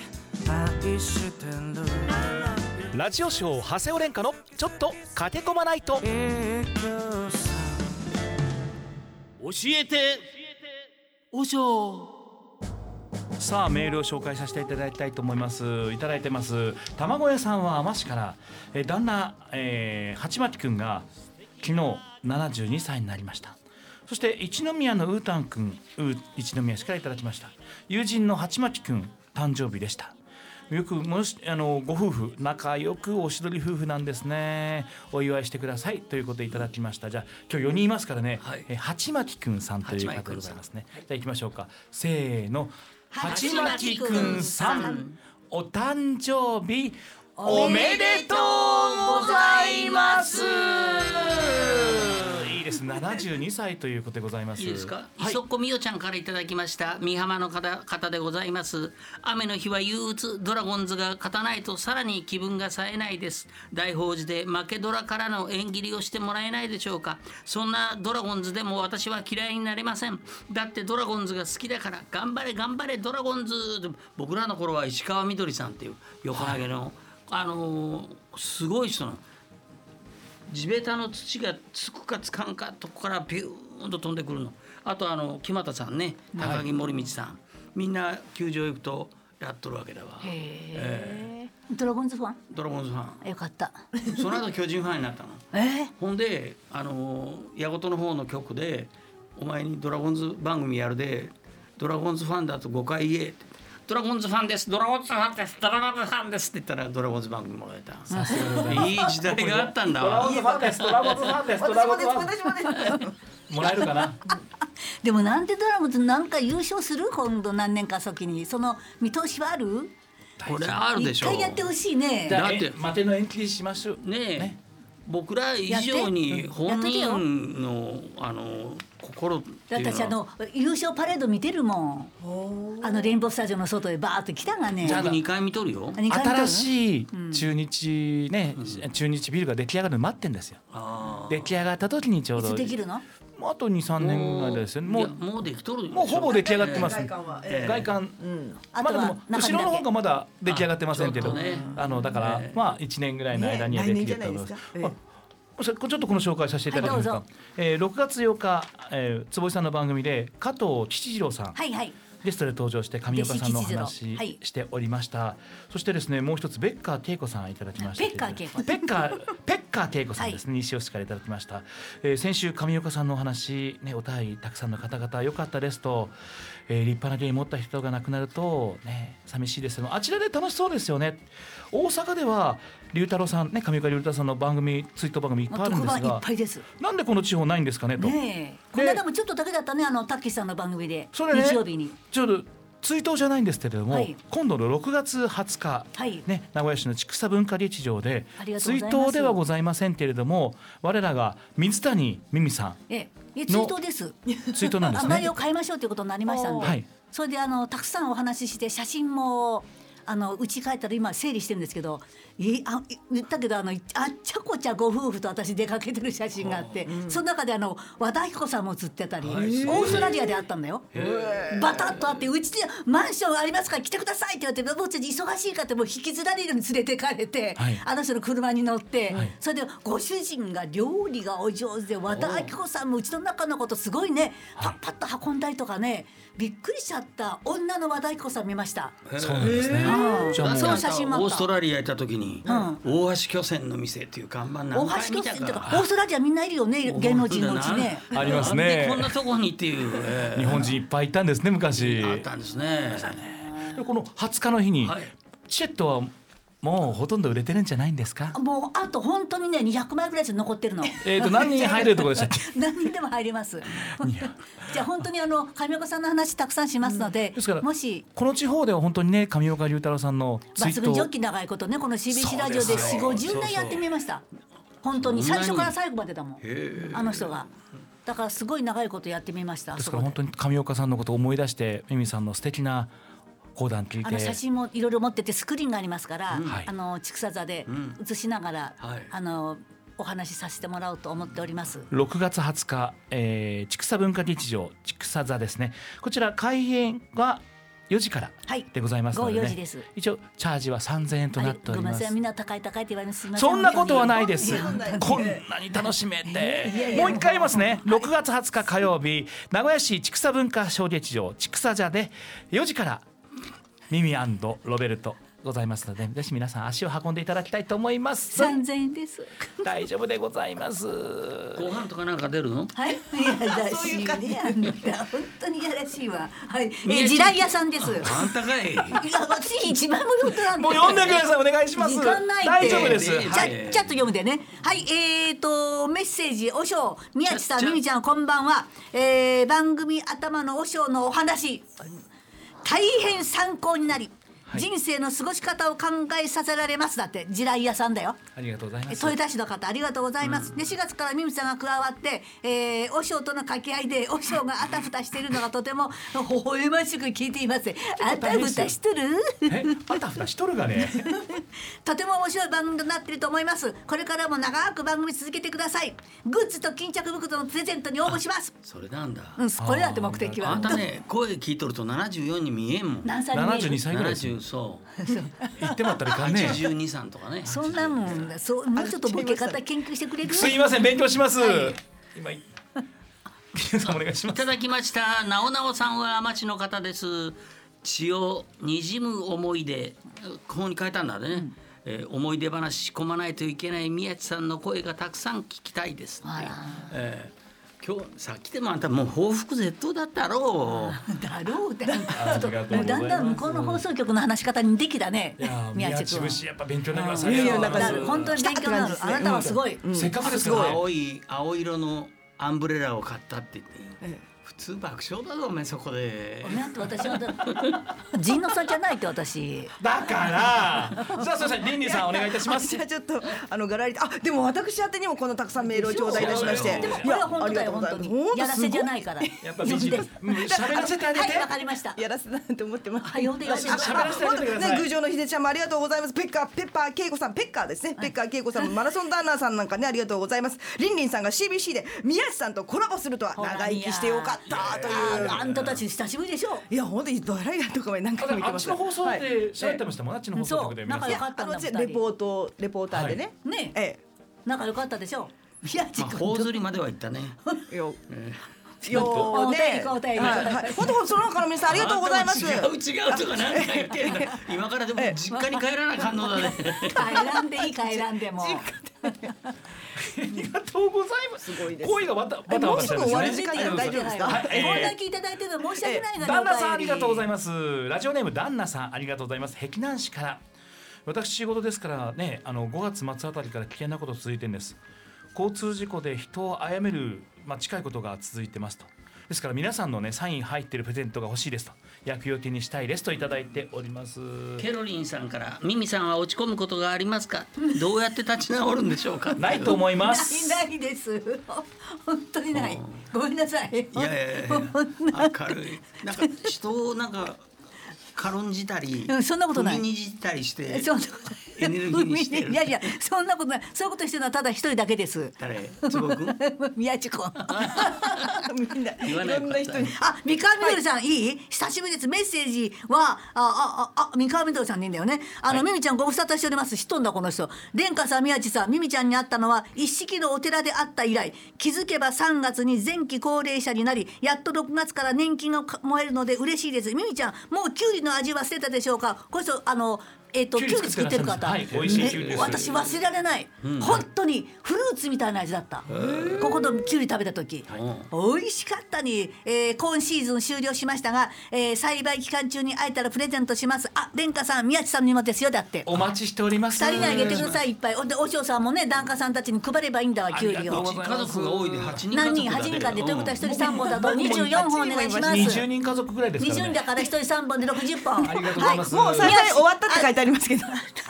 好き愛してる
ラジオショー長谷尾廉歌のちょっと駆け込まないと
影響さ
教えておしょ
さあメールを紹介させていただきたいと思いますいただいてます卵屋さんは海士からえー旦那、えー、八巻くんが昨日72歳になりましたそして一宮のうーたんくんうー一宮氏からいただきました友人の八巻くん誕生日でしたよくもしあのご夫婦仲良くおしどり夫婦なんですねお祝いしてくださいということでいただきましたじゃあ今日4人いますからね、
はい
えー八巻くんさんという方でございますねじゃあ行きましょうかせーの
八巻くんさん
お誕生日
おめでとうございます
いい
です。72歳ということでございます。
いいですか、
はい
磯。子美代ちゃんからいただきました美浜の方方でございます雨の日は憂鬱ドラゴンズが勝たないとさらに気分が冴えないです大宝寺で負けドラからの縁切りをしてもらえないでしょうかそんなドラゴンズでも私は嫌いになれませんだってドラゴンズが好きだから頑張れ頑張れドラゴンズで僕らの頃は石川みどりさんっていう横投げの、あのーすごい人なの地べたの土がつくかつかんかとこからビューンと飛んでくるのあとあの木俣さんね高木森道さん、みんな球場行くとやっとるわけだわ
ドラゴンズファン
ドラゴンズファ
よかった
ンその後巨人ファンになったの
えー、
ほんであの矢事の方の局で「お前にドラゴンズ番組やるでドラゴンズファンだと5回言え」って「ドラゴンズファンですドラゴンズファンですドラゴンズファンです」って言ったらドラゴンズ番組もらえたいい時代があったんだ
ドラ
わ
ゴンズファンです。ドラゴンズファンです。ドラ
私
ゴ
も
ンズ
です
ファンで
私もです
す。もらえ るかな。
でもなんでドラゴンズなんか優勝する今度何年か先にその見通しはある
これあるでしょ
一回やってほしいね
じゃあ
だって
え待ての延期しましょう。
ねえ僕ら以上に本
やって
人のあの心っていうの
私あの優勝パレード見てるもんあのレインボースタジオの外へバーッと来たがね
僕2回見とるよ
二回見たの
新しい中日ね、中日ビルが出来上がるの待ってんですよ。
あ
出来上がった時にちょう
い
ど。
つできるの
もうあと二三
ー
年ぐらいですよね。も
いうやもうできとるでしょ
もうほぼ出来上がってます。
外観はええ
外観。
あ
ま
と
だで
は
も
中
後
身だ
ろの
け
方がまだ出来上がってませんけ
あ
ど
ちょっとね、
あのだから
ええ
まあ一年ぐらいの間にはできると思います
ね来年じゃないですかえ。え
あちょっとこの紹介させていただきます
はい
か
どう。
えー6月8日、えー坪井さんの番組で加藤吉次郎さん
はいはい
ゲストで登場して上岡さんのお
弟子吉次
話
郎はい
しておりました、そしてですねもう一つベッカー恵子さんいただきました
ペッカー恵子
ペッカーペッカー恵子さんですね、西尾市からいただきました、えー先週上岡さんのお話ねお便りたくさんの方々良かったですと、えー立派な芸持った人が亡くなるとね寂しいですけどあちらで楽しそうですよね大阪では龍太郎さんね上岡龍太郎さんの番組追悼番組いっぱいあるん
特
で
番
す
いっ
が
ぱいです
なんでこの地方ないんですかねと、
ねえこ
で
の間もちょっとだけだったねあのたっけしさんの番組で
それね
日曜日に
ちょうど追悼じゃないんですけれども、
はい
今度の6月20日、
はい
ね、名古屋市の千草文化理事場で
ありがと
追
うございます
悼ではございませんけれども我らが水谷美美さ
えええ追悼です
ん追悼なんで
あ
す
内
ね
容。変えましょうということになりましたんで、
はい
それであのたくさんお話しして写真もあのうち帰ったら今整理してるんですけどいあい言ったけどあのいあっちゃこちゃご夫婦と私出かけてる写真があって、その中であの和田彦さんも写ってたり、オーストラリアであったんだよ。バタッとあってうちでマンションありますから来てくださいって言われてもうちょっと忙しいかってもう引きずられるように連れてかれて、
はい
あの人の車に乗って、
はい
それでご主人が料理がお上手で和田アキ子さんもうちの中のことすごいねパッパッと運んだりとかねびっくりしちゃった女の和田アキ子さん見ました。
そうなんですね。じゃあもう
その写真もあった
オーストラリア行った時に、
ん
大橋巨船の店っていう看板
大
何
橋
回
巨
見た
泉とか
か
オーストラリアみんないるよね芸能人のうちね。
ありますね
なんでこんなとこにっていう、ええ
日本人いっぱいいたんですね昔。
あったんですね
でこの20日の日に、
はい
チケットはもうほとんど売れてるんじゃないんですか。
もうあと本当にね200枚ぐらいしか残ってる の。
えっ、と何人入れるところでしたっけ。
何人でも入れます。じゃあ本当にあの上岡さんの話たくさんしますので、
ですから
もし
この地方では本当にね上岡龍太郎さんの追
抜群ジョッ
悼
キ長いことねこの CBC ラジオで4 5 0年やってみました本当に
そんな
最
に
初から最後までだもんあの人がだからすごい長いことやってみました
です
そ
から
こ
本
で
当に上岡さんのことを思い出してミミさんの素敵な講談聞い
あの写
て
真もいろいろ持っててスクリーンがありますから、
はい
あの千草座で映しながら、
はい
あのお話しさせてもらおうと思っております
6月20日、えー、千草文化劇場千草座ですねこちら開演は4時から
はい
でございますので,、ね
午後4時です
一応チャージは3000円と
あ
な
れ
って
ご
おり
めんな
ます
さいみんな高い高いって言われますすみません
そんなことはないです
本当に。
こんなに楽しめて。もう一回言いますね。6月20日火曜日、名古屋市千草文化小劇場千草座で4時からミミロベルトございますので、ぜひ皆さん足を運んでいただきたいと思います。
3000円です
大丈夫でございます。
ご飯とかなんか出るの
はい、いやら
そう
し
い
いうね
感じ
あんた本当にいやらしいわはい、
宮
え
地
地雷屋さんですいや
あんたかい
私一枚も読んでない
もう読んでください。お願いします。
時間ない
大丈夫です。
ね
はい。
ちゃっちゃっと読むでね。はい、えーと、メッセージ、おしょう、宮地さ
ちゃっちゃ
ん、みみちゃん、こんばんは。えー番組頭のおしょうのお話。大変参考になり。
はい
人生の過ごし方を考えさせられますだって地雷屋さんだよ
ありがとうございます
豊田市の方ありがとうございます、で4月からミムさんが加わって、えー、和尚との掛け合いで和尚があたふたしているのがとても微笑ましく聞いていますあたふたしとる
えあたふたしとるがね
とても面白い番組となっていると思いますこれからも長く番組続けてくださいグッズと巾着袋のプレゼントに応募します
それなんだ
うん、これだって目的
あ
は
んたね声聞いとると74に見えんもん
何歳に見える
72歳ぐらいです
70そう
言ってまったらいかんね
82さんとかね
そんなもんそうもうちょっとボケ方研究してくれる
すいません勉強します、今い皆さんお願いしま
い
す
ただきました。なおなおさんは町の方です。血をにじむ思い出。ここに書いたんだね。えー思い出話仕込まないといけない宮地さんの声がたくさん聞きたいですっていう、えー今日さっきでもあんたもう報復絶倒だったろう
だろうってなんかちょっ
ありがとうご
と
ざいます
だんだん向こうの放送局の話し方にできたね
いやー
宮
宮
地
地
君
節やっぱ勉強になります
は
ね
い
いやいやだから
本当に勉強になる
来たって感じです
あ
ね
なたはすごい、
うん
せっかくですからね
青い青色のアンブレラを買ったって言って、普通爆笑だぞお前そこで
だって私はだ陣野さんじゃないって私
だからさあすいませんリンリンさんお願いいたします
私はちょっとあのガラリとあでも私宛てにもこのたくさんメールを頂戴いたしまして
でも
これは本当だよ
い
本
やあ
当
り
に
がとうございます本当
やらせじゃないいから
やっぱ美人ですうん喋らせてあげて
はいわかりました
やらせだなんて思ってます
はいお願いします
喋らせてあげてください
ね、宮城の秀ちゃんもありがとうございます。ペッカー、ペッパー、恵子さん、ペッカーですね。ペッカー、恵子さんもマラソンダンナーさんなんかね、ありがとうございます。リンリンさんが CBC で宮地さんとコラボするとは
ほら
長生きしてよかったという。
あんたたち久しぶりでしょ
いや、本当にドライヤーとかも何回も言って
あ
ま
っ
し
ち
た
の放送
はい
で喋ってましたもん、あっちの放送局で皆
仲
さん
良
い
かったんだ
あの
二人
レポートレポーターでね。
ね
え
仲良かったでしょ宮地
まあ
君
頬ずりまでは行ったね
え、よ、
お
よ
便り
ね。
お便り
はいはい本当その他の皆さんありがとうございます。
違う違うとか何か言ってんだ今からでも実家に帰らなあかんのだね
帰らんでいい帰らんでも
ありがとうございます。
すごいです
声がわたバタバタしちゃいま
もうすぐ終わる
す
時
ね。
間なんで大丈夫ですか
はい
はい
こんだけいただいてるの申し訳ないがね
旦那さんありがとうござい
ま
ます。ラジオネーム旦那さんありがとうございます。碧南市から。私仕事ですからね、あの5月末あたりから危険なこと続いてんです。交通事故で人を殺める、まあ、近いことが続いてますと。ですから皆さんのねサイン入ってるプレゼントが欲しいですと薬用手にしたいですといただいております。
ケロリンさんから「ミミさんは落ち込むことがありますかどうやって立ち直るんでしょうか?」
ないと思います。
ないないです本当にないごめんなさい
いやいやいやいや明るいなんか人をなんか軽んじたり
うんそんなことない
踏みにじったりして
そんなこと
エネルギーにしてる
いやいやそんなことないそういうことしてるのはただ一人だけです
誰坪君
宮地君あ
みんな
言わ
い
な
ろ
い
んな人に。
三河みどりさん、い、い久しぶりですメッセージはああああ三河みどりさんでいいんだよねあの、ミミちゃんご無沙汰しております知っとんだこの人蓮華さん宮地さんミミちゃんに会ったのは一式のお寺で会った以来気づけば3月に前期高齢者になりやっと6月から年金がもえるので嬉しいですミミちゃんもうきゅうりの味忘れたでしょうかこの人あのえっ、とき
きゅう
ゅ
り
うり作ってる方、
はい美味しいきゅうり
ね
です
私忘れられない、本当にフルーツみたいな味だったここのキュウリ食べた時、美味しかったに、えー今シーズン終了しましたが、えー栽培期間中に会えたらプレゼントしますあ蓮華さん宮地さんにもですよだって
お待ちしております。
二人にあげてくださいいっぱいおでお嬢さんもね檀家さんたちに配ればいいんだわキュウリ
ありがとうご
を
ざいます
家族が多いで8人家族だね
何人八人間でということは一人三本だと
うん
二十四本お願いします
二十人家族ぐらいです
二
から
十
ね。
だから一人三本で六十本
ありがとうございます。
もう再開終わったって書いてありますけど。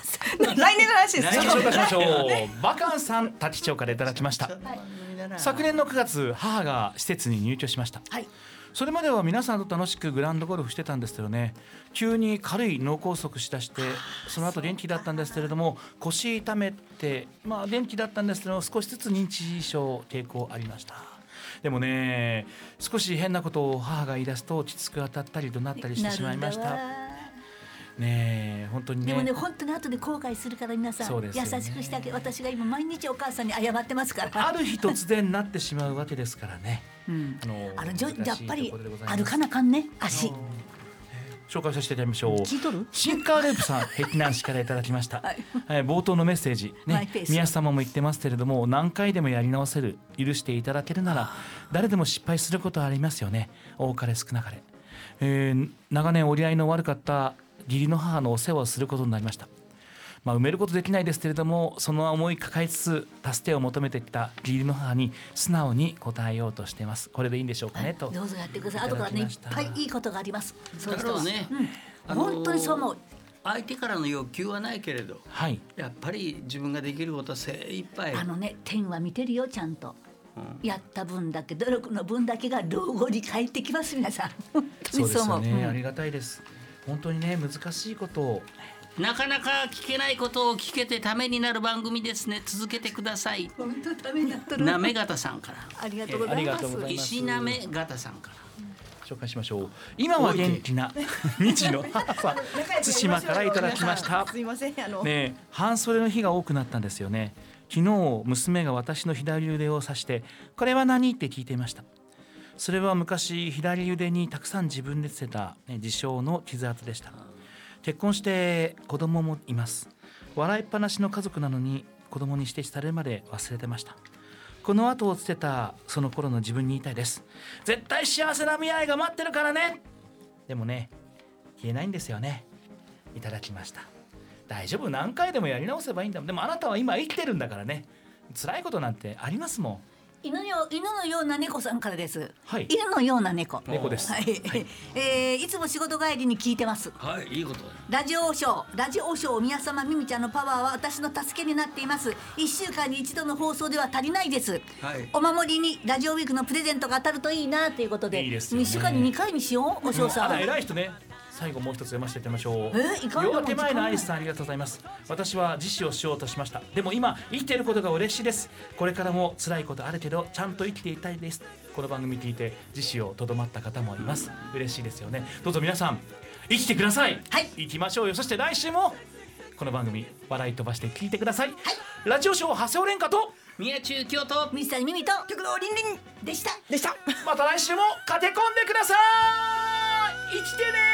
来年の話です。
来年紹介しましょう。バカンさん滝町からいただきました。昨年の9月、母が施設に入居しました。
はい
それまでは皆さんと楽しくグラウンドゴルフしてたんですけどね急に軽い脳梗塞しだしてその後元気だったんですけれども腰痛めてまあ元気だったんですけど少しずつ認知症傾向ありましたでもね少し変なことを母が言い出すときつく当たったり怒鳴ったりしてしまいまし
なるんだ
た
わ
ねえ本当に
でもね
ね
本当に後で後悔するから皆さん、
そう
優
ですよね
しくしてあげ私が今毎日お母さんに謝ってますから。
ある日突然なってしまうわけですからね
うん
あの
あのじょ
難しい
やっぱり
ところでございま
歩
す
かなあかんね足。
紹介させていただきましょう。
聞いとる
シンカーレープさん、 碧南市からいただきました。
はい
はい、冒頭のメッセージ、
マイ
ね
ペー、ス
宮下様も言ってますけれども、何回でもやり直せる、許していただけるなら、誰でも失敗することはありますよね。多かれ少なかれ。えー長年折り合いの悪かった義理の母のお世話をすることになりました。まあ、埋めることできないですけれどもその思い抱えつつ助けを求めてきた義理の母に素直に答えようとしていますこれでいいんでしょうかね、と
どうぞやってください。後からねい
い
った
だきました
ぱいいいことがあります。そういう
だ
人
ろ
は
うね
うん本当にそう思う。
相手からの欲求はないけれど
はい
やっぱり自分ができることは精一杯
あのね天は見てるよちゃんと、
うん
やった分だけ努力の分だけが老後に返ってきます皆さん本当にそう思う
ね、ありがたいです本当にね難しいことを
なかなか聞けないことを聞けてためになる番組ですね続けてくださ い
本当ためになっとる
なめがたさんから
ありがとうござい
ありが
ま
とうござ
す
います
石なめがたさんから
紹介しましょう今は元気な2児の母さん対馬からいただきました
すいませんあの、
ねえ半袖の日が多くなったんですよね昨日娘が私の左腕を指してこれは何って聞いていましたそれは昔左腕にたくさん自分でつけた、ね、自傷の傷跡でした結婚して子供もいます笑いっぱなしの家族なのに子供に指摘されるまで忘れてましたこの後をつけたその頃の自分に言いたいです絶対幸せな未来が待ってるからねでもね消えないんですよねいただきました大丈夫何回でもやり直せばいいんだもんでもあなたは今生きてるんだからね辛いことなんてありますもん
犬よ犬のような猫さんからです、
はい
犬のような猫
猫です
はい、えーいつも仕事帰りに聞いてます
はいいいことだ
ラジオショーラジオショー宮様ミミちゃんのパワーは私の助けになっています1週間に一度の放送では足りないです、
はい
お守りにラジオウィークのプレゼントが当たるといいなということで
いいですよね
2週間に2回にしようお嬢さ
あ
ん
ら偉い人ね最後もう一つ読ませていただきましょう
えいかんでも
両手前のアリスさんありがとうございます私は自死をしようとしましたでも今生きていることが嬉しいですこれからも辛いことあるけどちゃんと生きていたいですこの番組聞いて自死をとどまった方もいます嬉しいですよねどうぞ皆さん生きてください、
はい
行きましょうよそして来週もこの番組笑い飛ばして聞いてください、ラジオショー長谷尾廉歌と
宮中京都
ミスターミミと
極道りんりん
でした
でした
また来週も駆け込んでください生きてね